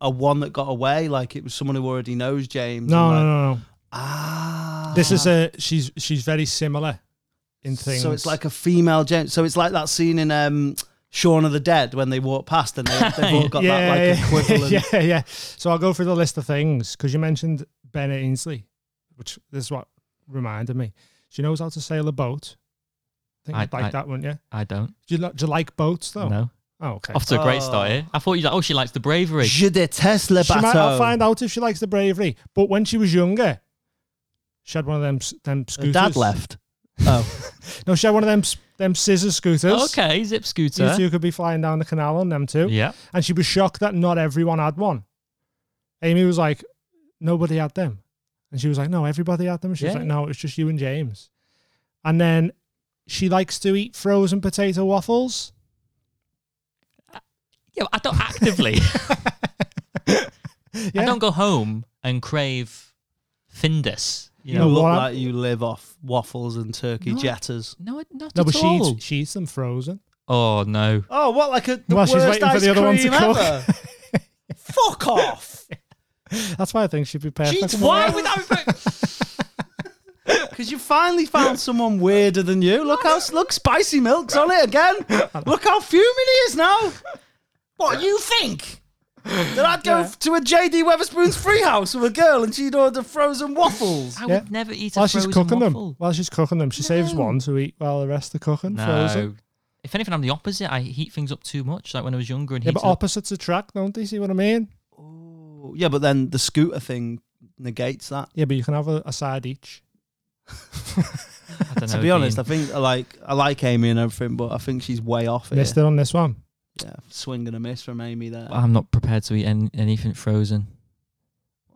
Speaker 1: a one that got away, like it was someone who already knows James.
Speaker 5: no,
Speaker 1: and like,
Speaker 5: no, no, no.
Speaker 1: Ah,
Speaker 5: This is a she's she's very similar in things.
Speaker 1: So it's like a female James. So it's like that scene in um, Shaun of the Dead when they walk past and they, they've all got that like equivalent.
Speaker 5: yeah, yeah. So I'll go through the list of things because you mentioned Bennett Ainsley, which this is what reminded me. She knows how to sail a boat. I think
Speaker 4: I-
Speaker 5: you'd like
Speaker 4: I-
Speaker 5: that, wouldn't you?
Speaker 4: I don't.
Speaker 5: Do you, li- do you like boats though?
Speaker 4: No.
Speaker 5: Oh, okay.
Speaker 4: Off to a great
Speaker 1: Oh.
Speaker 4: start here. I thought you like, oh, she likes the bravery.
Speaker 1: Je déteste le
Speaker 5: She might,
Speaker 1: bateau.
Speaker 5: I'll find out if she likes the bravery. But when she was younger, she had one of them s- them
Speaker 1: Her
Speaker 5: scooters.
Speaker 1: dad left. Oh,
Speaker 5: No, she had one of them s- them scissors scooters.
Speaker 4: Oh, Okay, zip
Speaker 5: You
Speaker 4: scooter.
Speaker 5: two could be flying down the canal on them too.
Speaker 4: Yeah.
Speaker 5: And she was shocked that not everyone had one. Amy was like, nobody had them. And she was like, no, everybody had them. She was
Speaker 4: Yeah.
Speaker 5: like, no, it's just you and James. And then she likes to eat frozen potato waffles.
Speaker 4: Yeah, I don't actively. I
Speaker 5: Yeah.
Speaker 4: don't go home and crave Findus. You
Speaker 1: you
Speaker 4: know?
Speaker 5: No,
Speaker 1: look
Speaker 5: what I-
Speaker 1: like you live off waffles and turkey
Speaker 4: No.
Speaker 1: jetters.
Speaker 4: No, I- not
Speaker 5: No,
Speaker 4: at
Speaker 5: but she
Speaker 4: all.
Speaker 5: eats, she eats them frozen.
Speaker 4: Oh no.
Speaker 1: Oh, what like a the
Speaker 5: Well,
Speaker 1: worst
Speaker 5: she's waiting for
Speaker 1: ice
Speaker 5: the other one to
Speaker 1: cream
Speaker 5: cook.
Speaker 1: ever. Fuck off!
Speaker 5: That's why I think she'd be perfect.
Speaker 1: Jeez,
Speaker 5: for
Speaker 1: why
Speaker 5: her.
Speaker 1: would that be? Because you finally found someone weirder than you. Look how look, spicy milk's on it again. Look how fuming he is now. What you think? That I'd go f- to a JD Weatherspoon's free house with a girl and she'd order frozen waffles.
Speaker 4: I
Speaker 5: Yeah.
Speaker 4: would never eat a
Speaker 5: While she's
Speaker 4: frozen
Speaker 5: cooking
Speaker 4: waffle.
Speaker 5: them, while she's cooking them, she saves one to eat while the rest are cooking
Speaker 4: No.
Speaker 5: frozen.
Speaker 4: If anything, I'm the opposite. I heat things up too much. Like when I was younger and
Speaker 5: Yeah,
Speaker 4: heated
Speaker 5: but
Speaker 4: up.
Speaker 5: opposites attract, don't they? See what I mean?
Speaker 1: Yeah, but then the scooter thing negates that.
Speaker 5: Yeah, but you can have a, a side each.
Speaker 4: I don't know.
Speaker 1: To be honest, I
Speaker 4: Dean.
Speaker 1: think I like I like Amy and everything, but I think she's way off here.
Speaker 5: Missed it on this one.
Speaker 1: Yeah, swing and a miss from Amy there.
Speaker 4: I'm not prepared to eat any, anything frozen.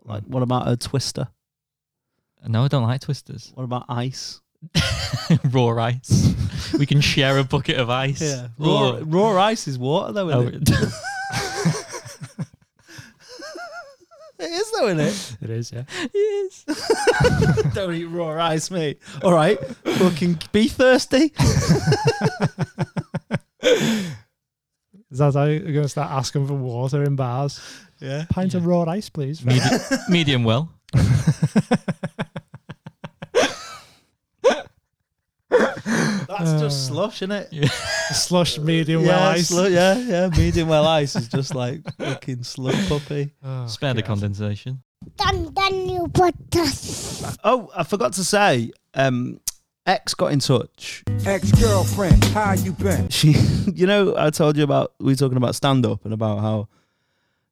Speaker 1: Like, what about a twister?
Speaker 4: No, I don't like twisters.
Speaker 1: What about ice?
Speaker 4: raw ice. we can share a bucket of ice.
Speaker 1: Raw,
Speaker 4: Oh.
Speaker 1: raw ice is water, though,
Speaker 4: Oh,
Speaker 1: isn't it? It is, though, isn't it?
Speaker 5: It is, yeah.
Speaker 4: yes.
Speaker 1: Don't eat raw ice, mate. All right. Fucking be thirsty.
Speaker 5: Is that how you're going to start asking for water in bars?
Speaker 1: Yeah.
Speaker 5: Pint of raw ice, please.
Speaker 4: Medium, medium well.
Speaker 1: That's just slush, isn't it?
Speaker 5: Slush medium
Speaker 1: yeah,
Speaker 5: well ice.
Speaker 1: slu- yeah, yeah. Medium well ice is just like fucking slush puppy.
Speaker 5: Oh,
Speaker 4: Spare the
Speaker 5: God.
Speaker 4: condensation.
Speaker 2: Dan Daniel Podcast.
Speaker 1: Oh, I forgot to say, um, X got in touch.
Speaker 8: Ex-girlfriend, how you been?
Speaker 1: She, you know, I told you about, we were talking about stand up and about how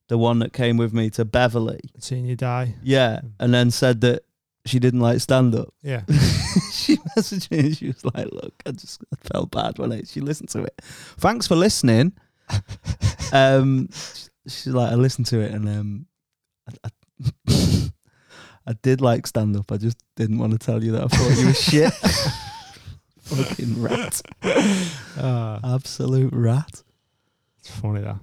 Speaker 1: the one that came with me to Beverly,
Speaker 5: Seeing you die.
Speaker 1: yeah, and then said that she didn't like stand up.
Speaker 5: Yeah.
Speaker 1: she messaged me and she was like, "Look, I just felt bad when I she listened to it. Thanks for listening." um, sh- she's like, "I listened to it and um, I, I, I did like stand up. I just didn't want to tell you that I thought you were shit." Fucking rat,
Speaker 5: Uh,
Speaker 1: Ah, absolute rat.
Speaker 5: it's funny that.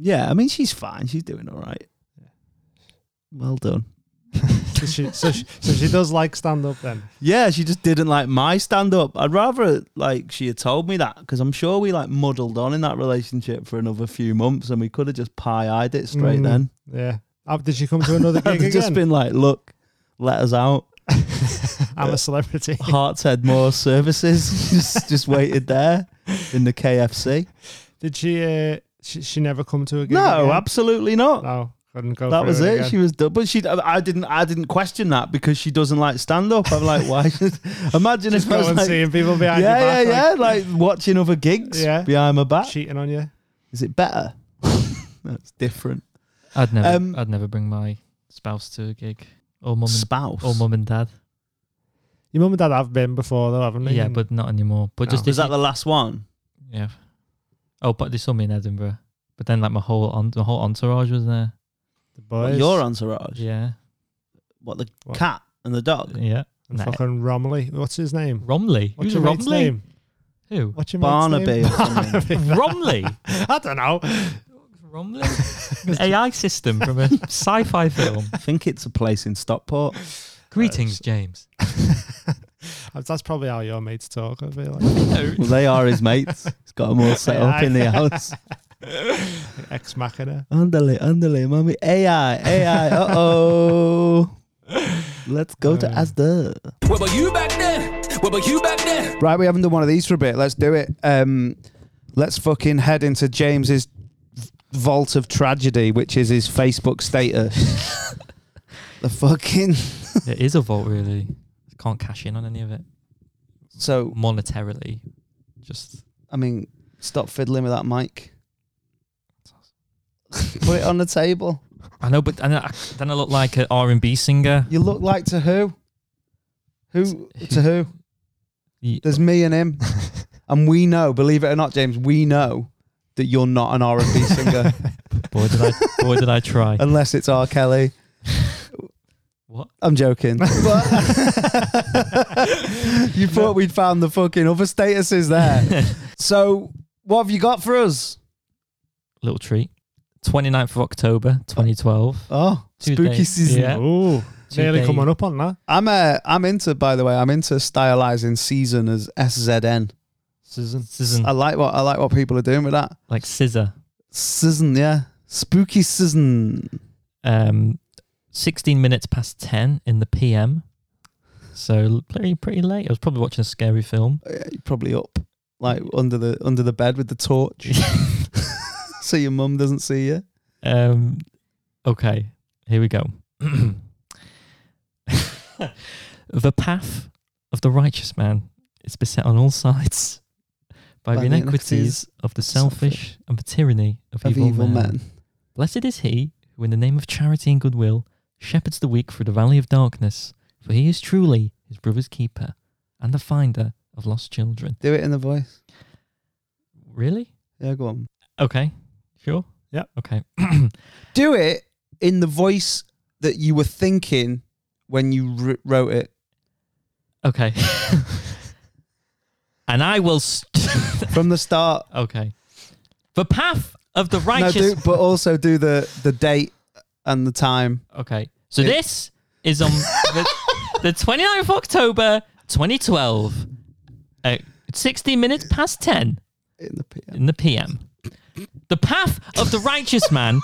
Speaker 1: Yeah, I mean, she's fine. She's doing all right. Well done.
Speaker 5: So she, so, she, so she does like stand up then.
Speaker 1: Yeah, she just didn't like my stand up. I'd rather like she had told me that because I'm sure we like muddled on in that relationship for another few months and we could have just pie eyed it straight
Speaker 5: Mm.
Speaker 1: then.
Speaker 5: Yeah. Uh, did she come to another
Speaker 1: I'd
Speaker 5: gig
Speaker 1: have
Speaker 5: again?
Speaker 1: just been like, look, let us out.
Speaker 5: I'm a celebrity.
Speaker 1: Hearts had more services. just just waited there in the KFC.
Speaker 5: Did she? Uh, she, she never come to a gig.
Speaker 1: No,
Speaker 5: again?
Speaker 1: absolutely not.
Speaker 5: no, Oh, couldn't go.
Speaker 1: That
Speaker 5: through
Speaker 1: was it.
Speaker 5: again.
Speaker 1: She was done, but she. I I didn't. I didn't question that because she doesn't like stand up. I'm like, why? Imagine if I
Speaker 5: Go
Speaker 1: was
Speaker 5: and
Speaker 1: like,
Speaker 5: seeing people behind
Speaker 1: yeah,
Speaker 5: your back,
Speaker 1: yeah, yeah. Like watching other gigs
Speaker 5: Yeah.
Speaker 1: behind my back.
Speaker 5: like, cheating on you.
Speaker 1: Is it better? That's different.
Speaker 4: I'd never,
Speaker 1: Um,
Speaker 4: I'd never bring my spouse to a gig or mum, and,
Speaker 1: Spouse.
Speaker 4: or mum and dad.
Speaker 5: Your mum and dad have been before, though, haven't they?
Speaker 4: Yeah,
Speaker 5: And-
Speaker 4: but not anymore. But
Speaker 5: No.
Speaker 4: just
Speaker 1: Was
Speaker 4: if
Speaker 1: that the last one?
Speaker 4: you- yeah. Oh, but they saw me in Edinburgh. But then like my whole on, my whole entourage was there.
Speaker 5: the
Speaker 1: What,
Speaker 5: boys,
Speaker 1: your entourage.
Speaker 4: Yeah,
Speaker 1: What the
Speaker 5: What?
Speaker 1: cat and the dog?
Speaker 4: yeah.
Speaker 5: and
Speaker 4: Nah.
Speaker 5: fucking Romilly. What's his name?
Speaker 4: Romley.
Speaker 5: What's
Speaker 4: Who's
Speaker 5: your mate's
Speaker 4: Romley?
Speaker 5: name?
Speaker 4: Who?
Speaker 5: What's your
Speaker 1: Barnaby
Speaker 5: mate's
Speaker 1: or something.
Speaker 5: name?
Speaker 4: Romley.
Speaker 5: I don't know.
Speaker 4: Romley. An AI system from a sci-fi film.
Speaker 1: I think it's a place in Stockport.
Speaker 4: Greetings, James.
Speaker 5: That's probably how your mates talk. I feel like
Speaker 1: Well, they are his mates. He's got them all set up in the house.
Speaker 5: ex machina.
Speaker 1: Underlay, underlay, mommy. AI, AI. Uh oh. Let's go to Asda.
Speaker 3: What about you back then? What about you back then?
Speaker 1: Right, we haven't done one of these for a bit. Let's do it. Um, let's fucking head into James's v- vault of tragedy, which is his Facebook status. the fucking
Speaker 4: it is a vault, really. Can't cash in on any of it
Speaker 1: so.
Speaker 4: monetarily. Just
Speaker 1: I mean, stop fiddling with that mic. Put it on the table.
Speaker 4: I know, but then I, then I look like an R and B singer.
Speaker 1: You look like to who? Who to who?
Speaker 4: Ye-
Speaker 1: There's me and him, and we know. Believe it or not, James, we know that you're not an R and B singer
Speaker 4: Boy, did I! Boy, did I try!
Speaker 1: unless it's R. Kelly.
Speaker 4: What?
Speaker 1: I'm joking. But- you thought we'd found the fucking other statuses there. so, what have you got for us?
Speaker 4: Little treat. 29th of October, 2012.
Speaker 1: Oh,
Speaker 4: Two
Speaker 1: spooky
Speaker 4: days.
Speaker 1: season.
Speaker 4: Yeah.
Speaker 5: Ooh, nearly
Speaker 4: Tuesday.
Speaker 5: coming up on that.
Speaker 1: I'm uh, I'm into. By the way, I'm into stylizing season as SZN.
Speaker 4: Season. Season.
Speaker 1: I like what I like what people are doing with that.
Speaker 4: Like scissor.
Speaker 1: Season, yeah, spooky season.
Speaker 4: Um, 16 minutes past 10 in the PM. So pretty, pretty late. I was probably watching a scary film.
Speaker 1: Uh, You're probably up like under the under the bed with the torch, so your mum doesn't see you.
Speaker 4: Um, okay, here we go. the path of the righteous man is beset on all sides by, the iniquities of the selfish and the tyranny of,
Speaker 1: Of
Speaker 4: evil,
Speaker 1: evil
Speaker 4: men.
Speaker 1: men.
Speaker 4: Blessed is he who, in the name of charity and goodwill, shepherds the weak through the valley of darkness, for he is truly his brother's keeper and the finder of lost children.
Speaker 1: Do it in the voice.
Speaker 4: Really?
Speaker 1: Yeah, go on.
Speaker 4: Okay, sure.
Speaker 5: Yeah.
Speaker 4: Okay.
Speaker 1: Do it in the voice that you were thinking when you wr- wrote it.
Speaker 4: Okay. and I will. St-
Speaker 1: from the start.
Speaker 4: okay. The path of the
Speaker 1: No,
Speaker 4: righteous.
Speaker 1: do, but also do the the date and the time.
Speaker 4: okay. So
Speaker 1: It-
Speaker 4: this is on the, the 29th of October 2012. At 60 minutes past 10
Speaker 1: In the PM.
Speaker 4: in the PM. The path of the righteous man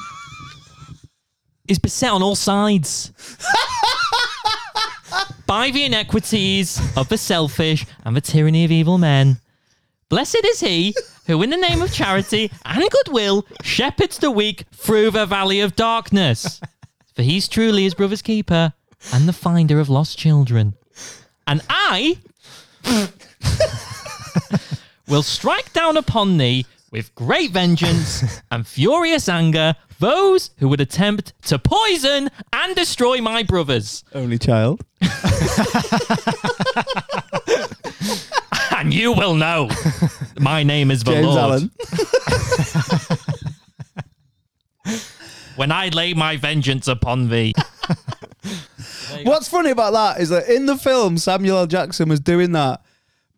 Speaker 4: is beset on all sides by the inequities of the selfish and the tyranny of evil men. Blessed is he who, in the name of charity and goodwill, shepherds the weak through the valley of darkness. For he's truly his brother's keeper and the finder of lost children. And I will strike down upon thee with great vengeance and furious anger those who would attempt to poison and destroy my brothers.
Speaker 1: Only child.
Speaker 4: And you will know my name is the
Speaker 1: James
Speaker 4: Lord.
Speaker 1: Allen.
Speaker 4: When I lay my vengeance upon thee.
Speaker 1: What's funny about that is that in the film, Samuel L. Jackson was doing that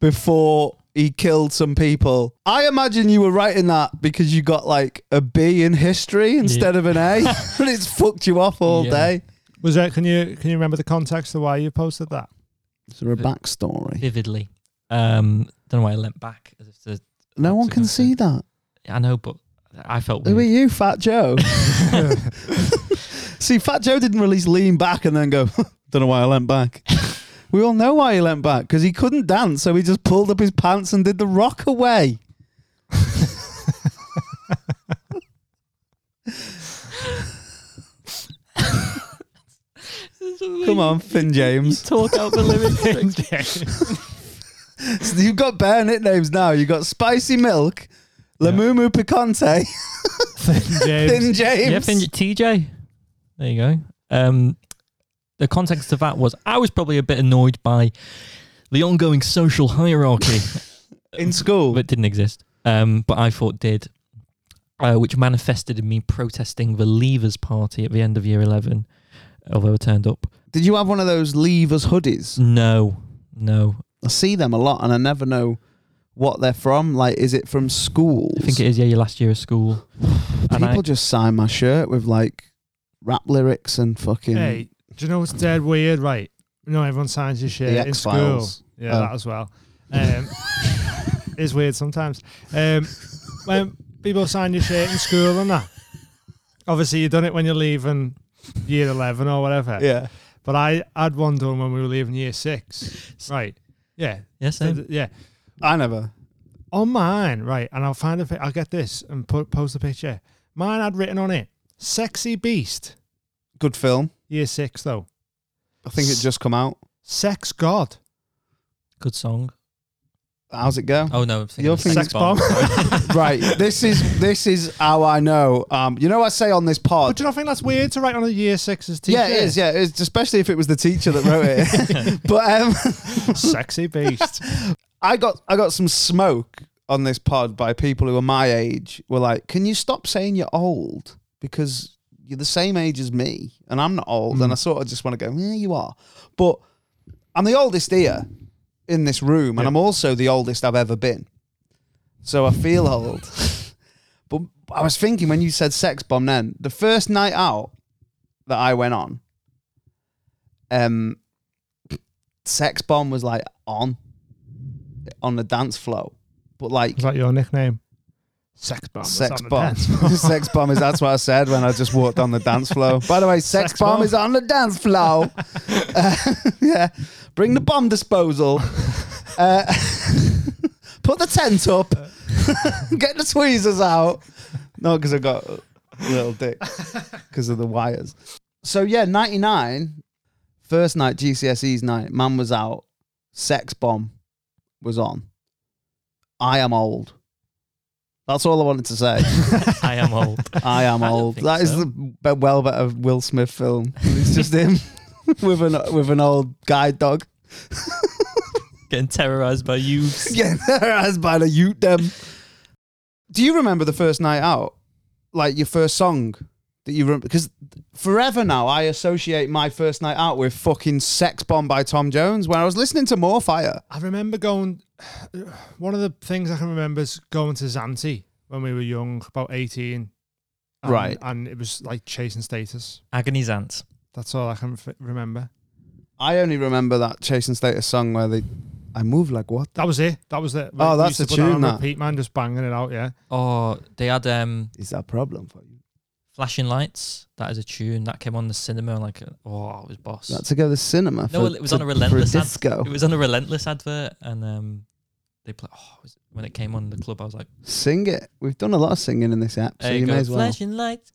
Speaker 1: before he killed some people. I imagine you were writing that because you got like a B in history instead of an A, and it's fucked you off all
Speaker 4: Yeah.
Speaker 1: day.
Speaker 5: Was there? Can you can you remember the context of why you posted that?
Speaker 1: Is there a backstory?
Speaker 4: vividly. Um, don't know why I leant back as if to.
Speaker 1: No one can see that.
Speaker 4: I know, but I felt
Speaker 1: Who are
Speaker 4: weird.
Speaker 1: you, Fat Joe? See, Fat Joe didn't release lean back and then go, don't know why I leant back. we all know why he leant back because he couldn't dance, so he just pulled up his pants and did the rock away. Come on, Finn James.
Speaker 4: Talk out the lyrics.
Speaker 1: You've got bare nicknames now. You've got Spicy Milk, Lamumu Picante, Finn James.
Speaker 4: yeah, Finn, TJ. There you go. Um, the context of that was I was probably a bit annoyed by the ongoing social hierarchy
Speaker 1: In school.
Speaker 4: that didn't exist, um, but I thought did, uh, which manifested in me protesting the Leavers Party at the end of year 11, although it turned up.
Speaker 1: Did you have one of those Leavers hoodies?
Speaker 4: No, no.
Speaker 1: I see them a lot and I never know what they're from. Like, is it from school?
Speaker 4: I think it is, yeah, your last year of school. And I-
Speaker 1: People just sign my shirt with like rap lyrics and fucking
Speaker 5: Hey, do you know what's dead weird? Right, you know everyone signs your shit
Speaker 1: The
Speaker 5: in school.
Speaker 1: X-Files.
Speaker 5: Yeah,
Speaker 1: Oh.
Speaker 5: that as well. Um, it's weird sometimes. Um, when people sign your shit in school and that, obviously you done it when you're leaving year eleven or whatever.
Speaker 1: yeah.
Speaker 5: But I had one done when we were leaving year six. Right. Yeah.
Speaker 4: Yes,
Speaker 5: So
Speaker 4: yeah,
Speaker 5: th- yeah.
Speaker 1: I never.
Speaker 5: On mine, right, and I'll find a pic. I'll get this and put, post a picture. Mine had written on it, "Sexy Beast."
Speaker 1: Good film.
Speaker 5: Year six though.
Speaker 1: I think it just come out.
Speaker 5: Sex God.
Speaker 4: good song.
Speaker 1: How's it go?
Speaker 4: Oh no, I'm thinking
Speaker 1: Your
Speaker 4: of
Speaker 1: thing-
Speaker 4: Sex
Speaker 5: Sex bomb.
Speaker 1: right. This is this is how I know. Um, you know I say on this
Speaker 5: But
Speaker 1: pod.
Speaker 5: Oh, do you not think that's weird to write on a year six's t
Speaker 1: Yeah, it is. Yeah, it's, especially if it was the teacher that wrote it. but um,
Speaker 5: Sexy beast.
Speaker 1: I got I got some smoke on this pod by people who are my age. Were like, can you stop saying you're old because you're the same age as me and I'm not old. And I sort of just want to go, yeah, you are. But I'm the oldest here in this room, and I'm also the oldest I've ever been. So I feel old. but I was thinking when you said sex bomb, then the first night out that I went on, um, sex bomb was like on on the dance floor, but like
Speaker 5: Is that your nickname? Sex bomb.
Speaker 1: sex bomb, sex bomb is that's what I said when I just walked on the dance floor. By the way, sex,
Speaker 5: Sex
Speaker 1: bomb,
Speaker 5: bomb.
Speaker 1: is on the dance floor. Uh, yeah, bring the bomb disposal. Uh, put the tent up. Get the tweezers out. No, because I got a little dick because of the wires. So yeah, ninety nine. First night GCSE's night, man was out. Sex bomb was on. I am old. That's all I wanted to say.
Speaker 4: I am old.
Speaker 1: I am
Speaker 4: I don't
Speaker 1: old.
Speaker 4: think
Speaker 1: That is
Speaker 4: so.
Speaker 1: the the well better Will Smith film. It's just him with an with an old guide dog.
Speaker 4: Getting terrorized by you.
Speaker 1: Yeah, as by the Ute them. Do you remember the first night out? Like your first song that you remember? Because forever now, I associate my first night out with fucking "Sex Bomb" by Tom Jones. When I was listening to More Fire,
Speaker 5: I remember going. One of the things I can remember is going to Zante when we were young, about eighteen. and-
Speaker 1: Right.
Speaker 5: And it was like chasing status.
Speaker 4: Agony's ants.
Speaker 5: That's all I can f- remember.
Speaker 1: I only remember that Chasing Status song where they, "I move like what."
Speaker 5: That was it. That was it.
Speaker 1: Oh,
Speaker 5: We
Speaker 1: that's
Speaker 5: used to
Speaker 1: a
Speaker 5: put that
Speaker 1: tune,
Speaker 5: on
Speaker 1: that.
Speaker 5: Repeat man, just banging it out. Yeah.
Speaker 4: Oh, they had um
Speaker 1: Is that a problem for you?
Speaker 4: flashing lights. That is a tune that came on the cinema. Like, oh, it was boss.
Speaker 1: Not to go to the cinema.
Speaker 4: no,
Speaker 1: for-
Speaker 4: it was
Speaker 1: to-
Speaker 4: on a relentless.
Speaker 1: for a
Speaker 4: ad-
Speaker 1: disco.
Speaker 4: it was on a relentless advert, and um, they play. Oh, was it- when it came on in the club, I was like,
Speaker 1: Sing it. We've done a lot of singing in this app, so
Speaker 4: there
Speaker 1: you
Speaker 4: go,
Speaker 1: may as well.
Speaker 4: flashing lights.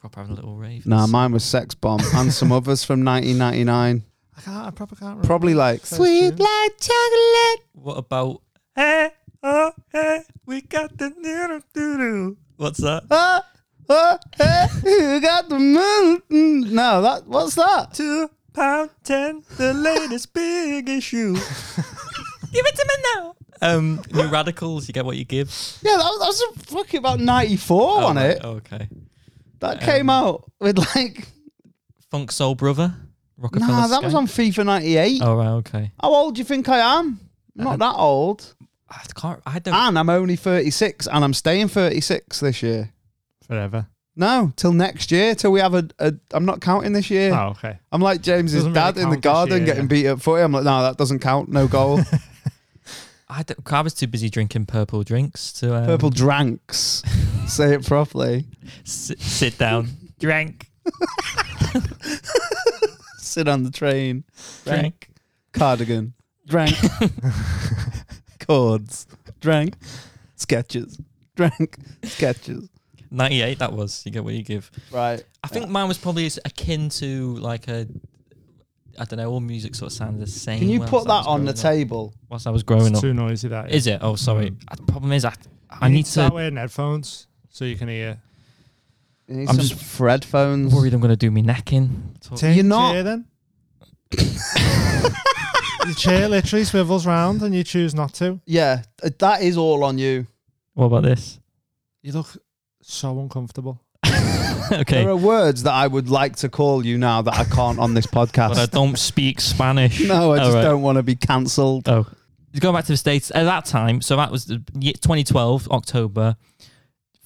Speaker 4: Proper having a little rave.
Speaker 1: Nah, mine was Sex Bomb and some others from 1999.
Speaker 5: I can't. I probably can't. Remember.
Speaker 1: Probably like
Speaker 5: First
Speaker 1: Sweet
Speaker 5: tune.
Speaker 1: Like Chocolate.
Speaker 4: What about? Hey, oh, hey, we got the noodle doodle. What's that?
Speaker 1: Oh, oh, hey, you got the moon. Mm, No, that what's that?
Speaker 4: Two pound ten, the latest big issue. give it to me now. Um, new radicals, you get what you give.
Speaker 1: Yeah, that was, that was fucking about
Speaker 5: Oh
Speaker 1: 94 on
Speaker 4: right,
Speaker 1: it.
Speaker 4: oh, okay.
Speaker 1: That came out with like
Speaker 4: Funk Soul Brother. Rockefeller.
Speaker 1: Nah, that
Speaker 4: Sky?
Speaker 1: was on FIFA 98.
Speaker 4: Oh right, okay.
Speaker 1: How old do you think I am? I'm
Speaker 5: Uh,
Speaker 1: not that old.
Speaker 4: I can't. I don't.
Speaker 1: And I'm only 36 and I'm staying 36 this year.
Speaker 5: forever.
Speaker 1: No, till next year, till we have a. a I'm not counting this year.
Speaker 5: Oh, okay.
Speaker 1: I'm like James's
Speaker 5: Doesn't really
Speaker 1: dad in the
Speaker 5: count this
Speaker 1: garden
Speaker 5: year,
Speaker 1: getting
Speaker 5: yeah. Um,
Speaker 1: beat up footy. I'm like, no, that doesn't count. No goal.
Speaker 4: I, don't, I was too busy drinking purple drinks to um,
Speaker 1: Purple dranks. Say it properly.
Speaker 4: sit, sit down. Drank,
Speaker 1: Sit on the train.
Speaker 4: drank.
Speaker 1: Cardigan. Drank. Chords. Drank. Sketches. Drank. Sketches.
Speaker 4: Ninety-eight. That was. You get what you give.
Speaker 1: Right.
Speaker 4: I think mine was probably as akin to like a. I don't know. All music sort of sounded the same.
Speaker 1: Can you
Speaker 4: whilst
Speaker 1: put
Speaker 4: I was
Speaker 1: that on the
Speaker 4: growing up-
Speaker 1: table?
Speaker 4: Whilst I was growing
Speaker 5: It's
Speaker 4: up,
Speaker 5: too noisy that.
Speaker 4: is it? Oh, sorry.
Speaker 5: Mm.
Speaker 4: Uh, The problem is, I I
Speaker 5: You
Speaker 4: need
Speaker 5: start
Speaker 4: to.
Speaker 5: wearing headphones so you can hear.
Speaker 1: You need
Speaker 4: I'm
Speaker 1: some
Speaker 4: just
Speaker 1: Fred phones.
Speaker 4: Worried I'm going to do me necking. Talk-
Speaker 5: Tin
Speaker 1: You're not-
Speaker 5: chair then. your chair literally swivels round and you choose not to.
Speaker 1: Yeah, uh, that is all on you.
Speaker 4: What about this?
Speaker 5: You look so uncomfortable.
Speaker 4: okay.
Speaker 1: There are words that I would like to call you now that I can't on this
Speaker 4: But I
Speaker 1: podcast.
Speaker 4: don't speak Spanish.
Speaker 1: no, I
Speaker 4: All
Speaker 1: just
Speaker 4: right.
Speaker 1: don't want to be cancelled.
Speaker 4: Oh. Going back to the States at that time, so that was the year, 2012, October,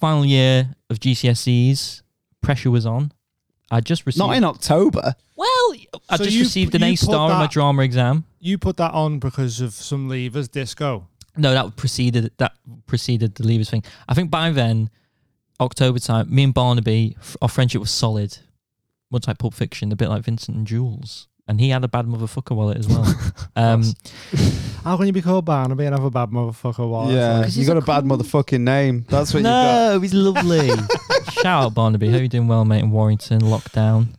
Speaker 4: final year of GCSEs. Pressure was on. I just received.
Speaker 1: Not in October.
Speaker 4: well, I
Speaker 5: So
Speaker 4: just
Speaker 5: you-
Speaker 4: received an
Speaker 5: you
Speaker 4: A
Speaker 5: put
Speaker 4: star on my
Speaker 5: that-
Speaker 4: drama exam.
Speaker 5: You put that on because of some levers disco.
Speaker 4: No, that preceded that preceded the Leavers thing. I think by then, October time, me and Barnaby, f- our friendship was solid, much like Pulp Fiction, a bit like Vincent and Jules. And he had a bad motherfucker wallet as well. um,
Speaker 5: How can you be called Barnaby and have a bad motherfucker wallet?
Speaker 1: yeah,
Speaker 5: Like,
Speaker 1: you got a bad motherfucking name. That's what you got.
Speaker 4: he's lovely. Shout out Barnaby. Hope you're doing well, mate, in Warrington, lockdown.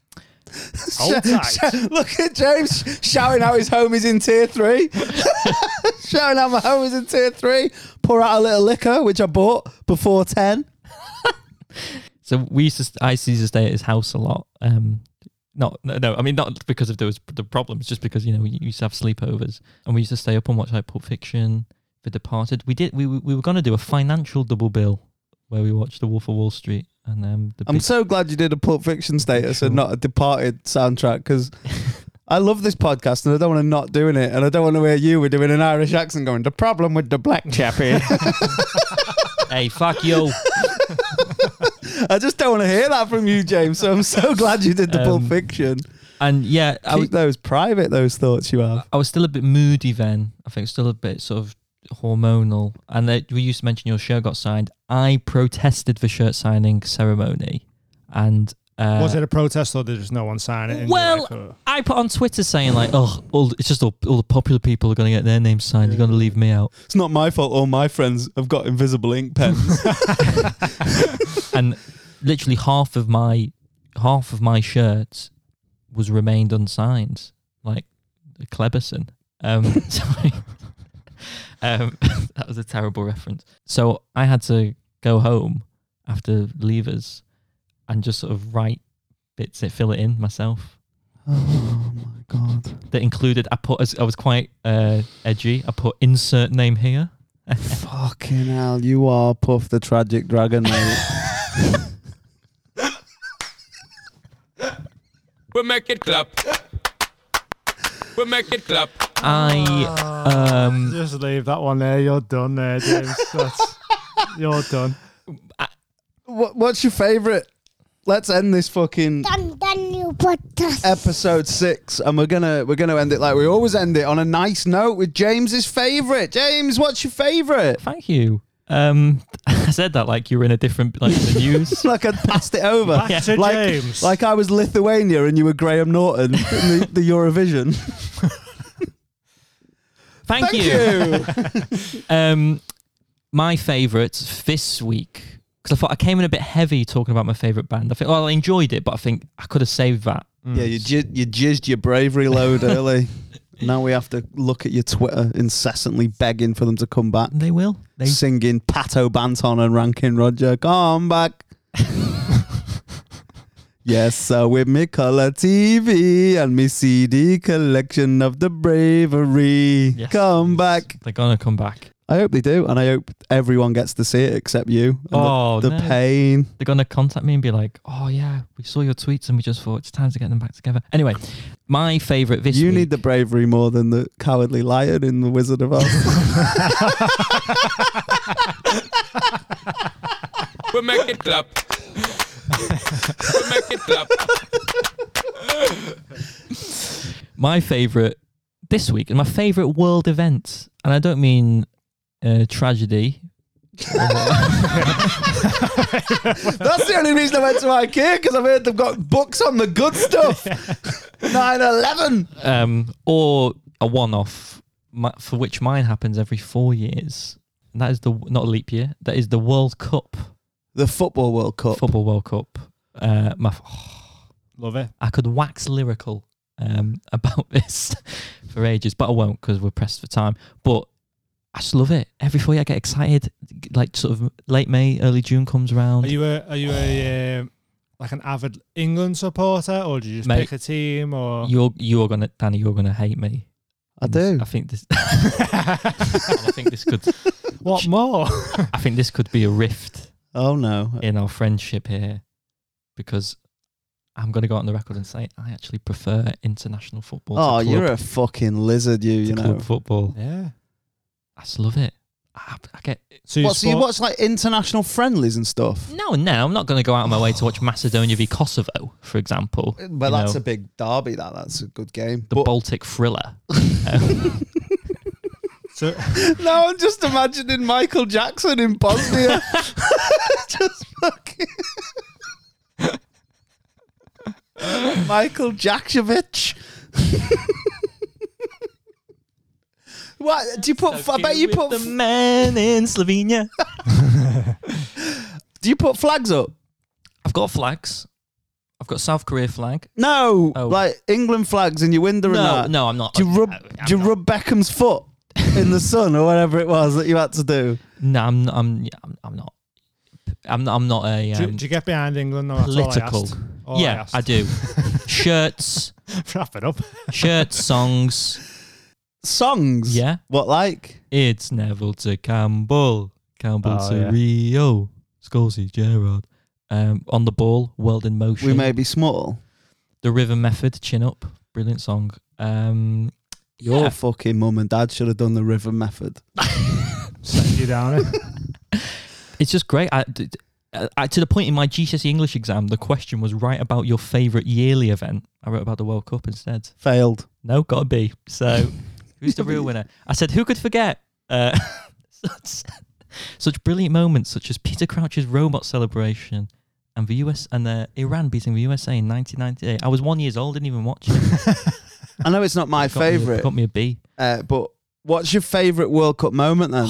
Speaker 5: hold tight.
Speaker 1: Look at James shouting out his homies in tier three. shouting out my homies in tier three. Pour out a little liquor, which I bought before 10.
Speaker 4: So we used to, st- I used to stay at his house a lot. Um, not, no, no, I mean, not because of those the problems, just because, you know, we used to have sleepovers and we used to stay up and watch like Pulp Fiction, The Departed. We did, we, we we were going to do a financial double bill where we watched The Wolf of Wall Street and um, the
Speaker 1: I'm
Speaker 4: big-
Speaker 1: so glad you did a Pulp Fiction status and
Speaker 4: Sure.
Speaker 1: not a Departed soundtrack because I love this podcast and I don't want to not doing it and I don't want to hear you were doing an Irish accent going the problem with the black chappy.
Speaker 4: hey, fuck you.
Speaker 1: I just don't want to hear that from you, James. So I'm so glad you did the Pulp
Speaker 4: Um,
Speaker 1: Fiction.
Speaker 4: And yeah, I
Speaker 1: Keep
Speaker 4: was,
Speaker 1: those private those thoughts you have.
Speaker 4: I was still a bit moody then. I think still a bit sort of hormonal. And they, we used to mention your shirt got signed. I protested the shirt signing ceremony, and uh,
Speaker 5: Was it a protest or did just no one sign it? and you're
Speaker 4: Well,
Speaker 5: like, "Oh."
Speaker 4: I put on Twitter saying like, "Oh, all, it's just all, all the popular people are going to get their names signed. You're going to leave me out."
Speaker 1: It's not my fault. All my friends have got invisible ink pens.
Speaker 4: and literally half of my half of my shirt was remained unsigned, like Cleberson. Um, sorry, um, that was a terrible reference. So I had to go home after levers and just sort of write bits, that fill it in myself.
Speaker 1: oh my god!
Speaker 4: That included, I put as I was quite uh, edgy. I put insert name here.
Speaker 1: Fucking hell! You are Puff the Tragic Dragon, mate.
Speaker 7: We make it clap. We make it clap.
Speaker 1: Ah.
Speaker 4: I um.
Speaker 5: Just leave that one there. You're done there, James. That's, you're done.
Speaker 1: what, what's your favourite? Let's end this fucking
Speaker 2: Dan Daniel Podcast.
Speaker 1: episode six, and we're gonna we're gonna end it like we always end it on a nice note with James's favourite. James, what's your favourite?
Speaker 4: Thank you. Um, I said that like you were in a different like the news.
Speaker 1: Like I passed it over.
Speaker 5: Back to
Speaker 1: like,
Speaker 5: James.
Speaker 1: like I was Lithuania and you were Graham Norton in the, the Eurovision.
Speaker 4: Thank,
Speaker 1: Thank you.
Speaker 4: Um, my favourite this week because I thought I came in a bit heavy talking about my favourite band. I think well I enjoyed it, but I think I could have saved that.
Speaker 1: yeah, you ji- you jizzed your bravery load early. Now we have to look at your Twitter incessantly begging for them to come back,
Speaker 4: They will. They
Speaker 1: singing Pato Banton and Rankin Roger, come back. Yes, sir, with me color TV and me CD collection of the bravery.
Speaker 4: Yes,
Speaker 1: Come
Speaker 4: please.
Speaker 1: back.
Speaker 4: They're gonna come back.
Speaker 1: I hope they do, and I hope everyone gets to see it except you. And the-
Speaker 4: Oh,
Speaker 1: the,
Speaker 4: no.
Speaker 1: pain.
Speaker 4: They're going to contact me and be like, oh, yeah, we saw your tweets and we just thought it's time to get them back together. Anyway, my favourite this
Speaker 1: you
Speaker 4: week.
Speaker 1: need the bravery more than the cowardly lion in the Wizard of Oz.
Speaker 7: We make it clap. we make it clap.
Speaker 4: my favorite this week and my favorite world event and i don't mean uh, tragedy
Speaker 1: That's the only reason I went to IKEA because I've heard they've got books on the good stuff. 9-11.
Speaker 4: um, or a one-off my, for which mine happens every four years and that is the not a leap year that is the world cup
Speaker 1: The football World Cup.
Speaker 4: football world cup uh, my,
Speaker 5: Love it.
Speaker 4: i could wax lyrical um, about this for ages but i won't because we're pressed for time but i just love it every four year i get excited like sort of late may early june comes around
Speaker 5: Are you a are you a um, like an avid England supporter, or do you just
Speaker 4: Mate,
Speaker 5: pick a team? Or
Speaker 4: You're you're gonna Danny, you're gonna hate me.
Speaker 1: I
Speaker 4: And this-
Speaker 1: do.
Speaker 4: I think this. and I think this could.
Speaker 5: what more?
Speaker 4: I think this could be a rift
Speaker 1: Oh no.
Speaker 4: in our friendship here, because I'm gonna go out on the record and say I actually prefer international football. to
Speaker 1: Oh,
Speaker 4: club-
Speaker 1: you're a fucking lizard, you.
Speaker 4: to
Speaker 1: You
Speaker 4: club
Speaker 1: know.
Speaker 4: football.
Speaker 5: yeah.
Speaker 4: I just love it. I, I get
Speaker 5: So you
Speaker 1: What? So you
Speaker 5: support-
Speaker 1: watch like international friendlies and stuff.
Speaker 4: no, no. I'm not gonna go out of my way to watch Macedonia v Kosovo, for example.
Speaker 1: Well,
Speaker 4: You
Speaker 1: that's
Speaker 4: know,
Speaker 1: a big derby. That that's a good game.
Speaker 4: the
Speaker 1: But-
Speaker 4: Baltic thriller.
Speaker 5: So,
Speaker 1: No, I'm just imagining Michael Jackson in Bosnia. just fucking. Michael Jakshovich. what do you put? I bet you put.
Speaker 4: the man in Slovenia.
Speaker 1: Do you put flags up?
Speaker 4: I've got flags. I've got South Korea flag.
Speaker 1: No,
Speaker 4: Oh.
Speaker 1: like England flags in your window and
Speaker 4: No,
Speaker 1: that.
Speaker 4: no, I'm not.
Speaker 1: Do you rub?
Speaker 4: I'm
Speaker 1: do you
Speaker 4: not.
Speaker 1: rub Beckham's foot in the sun or whatever it was that you had to do?
Speaker 4: No, I'm. I'm. yeah, I'm, I'm not. I'm not. I'm not a
Speaker 5: do,
Speaker 4: um,
Speaker 5: do you get behind England? No, that's
Speaker 4: political.
Speaker 5: All I asked. All
Speaker 4: yeah, I,
Speaker 5: I
Speaker 4: do. shirts,
Speaker 5: asked. Wrap it up.
Speaker 4: shirts, songs.
Speaker 1: Songs.
Speaker 4: Yeah,
Speaker 1: What like?
Speaker 4: it's Neville to Campbell, Campbell
Speaker 5: Oh,
Speaker 4: to
Speaker 5: yeah.
Speaker 4: Rio, Scholesy, Gerard. Um, on the ball, world in motion.
Speaker 1: We may be small.
Speaker 4: the River Method, chin up, brilliant song. Um,
Speaker 1: Your
Speaker 4: Yeah.
Speaker 1: fucking mum and dad should have done the river method.
Speaker 5: Set you down. eh?
Speaker 4: It's just great. I, d- d- uh, I- to the point in my GCSE E English exam, the question was write about your favourite yearly event. I wrote about the World Cup instead.
Speaker 1: Failed.
Speaker 4: No, got to be. So, who's the real winner? I said, who could forget uh, such, such brilliant moments, such as Peter Crouch's robot celebration and the US and uh, Iran beating the USA in 1998. I was one years old, didn't even watch it.
Speaker 1: I know it's not my
Speaker 4: Got me a-
Speaker 1: favourite,
Speaker 4: got me a B.
Speaker 1: uh, but what's your favourite World Cup moment then?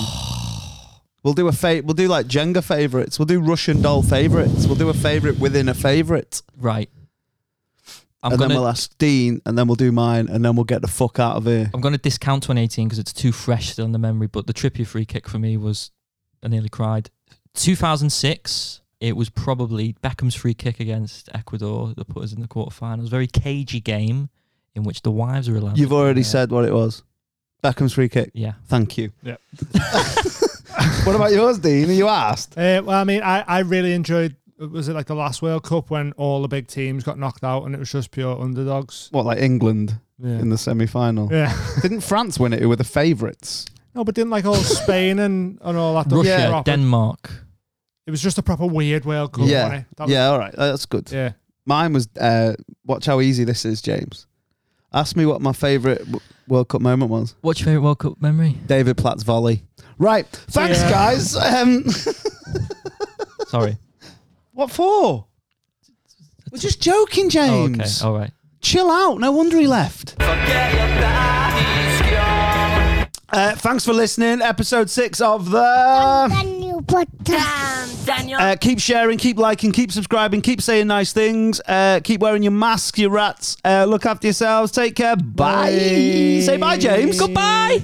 Speaker 1: we'll do a fa- we'll do like Jenga favourites. We'll do Russian doll favourites. We'll do a favourite within a favourite,
Speaker 4: Right. I'm
Speaker 1: and
Speaker 4: gonna.
Speaker 1: then we'll ask Dean, and then we'll do mine, and then we'll get the fuck out of here.
Speaker 4: I'm going to discount 2018 because it's too fresh still in the memory. But the Trippier free kick for me was, I nearly cried. 2006, it was probably Beckham's free kick against Ecuador that put us in the quarterfinals. Very cagey game in which the wives were allowed.
Speaker 1: You've
Speaker 4: to be
Speaker 1: already
Speaker 4: there.
Speaker 1: said what it was. Beckham's free kick.
Speaker 4: Yeah.
Speaker 1: Thank you.
Speaker 5: Yeah.
Speaker 1: what about yours, Dean? Are you asked?
Speaker 5: Uh, well, I mean, I, I really enjoyed. Was it like the last World Cup when all the big teams got knocked out and it was just pure underdogs?
Speaker 1: What like England
Speaker 5: Yeah.
Speaker 1: in the semi final?
Speaker 5: yeah.
Speaker 1: Didn't France win it? Who were the favourites?
Speaker 5: No, but didn't like all Spain and, and all that.
Speaker 4: Russia,
Speaker 1: Yeah.
Speaker 5: proper-
Speaker 4: Denmark.
Speaker 5: It was just a proper weird World Cup.
Speaker 1: Yeah.
Speaker 5: wasn't it? That was-
Speaker 1: Yeah, all right, that's good.
Speaker 5: yeah.
Speaker 1: Mine was uh, watch how easy this is, James. Ask me what my favourite w- World Cup moment was.
Speaker 4: What's your favourite World Cup memory?
Speaker 1: David Platt's volley. Right, thanks
Speaker 5: Yeah.
Speaker 1: guys. Um,
Speaker 4: Sorry.
Speaker 1: what for? We're just joking,
Speaker 4: oh, okay.
Speaker 1: James.
Speaker 4: All right.
Speaker 1: Chill out. No wonder he left. Uh, thanks for listening. Episode six of the.
Speaker 2: Daniel Podcast.
Speaker 1: Uh, keep sharing, keep liking, keep subscribing, keep saying nice things. Uh, keep wearing your mask, you rats. Uh, look after yourselves. Take care. Bye. Say bye, James. Goodbye.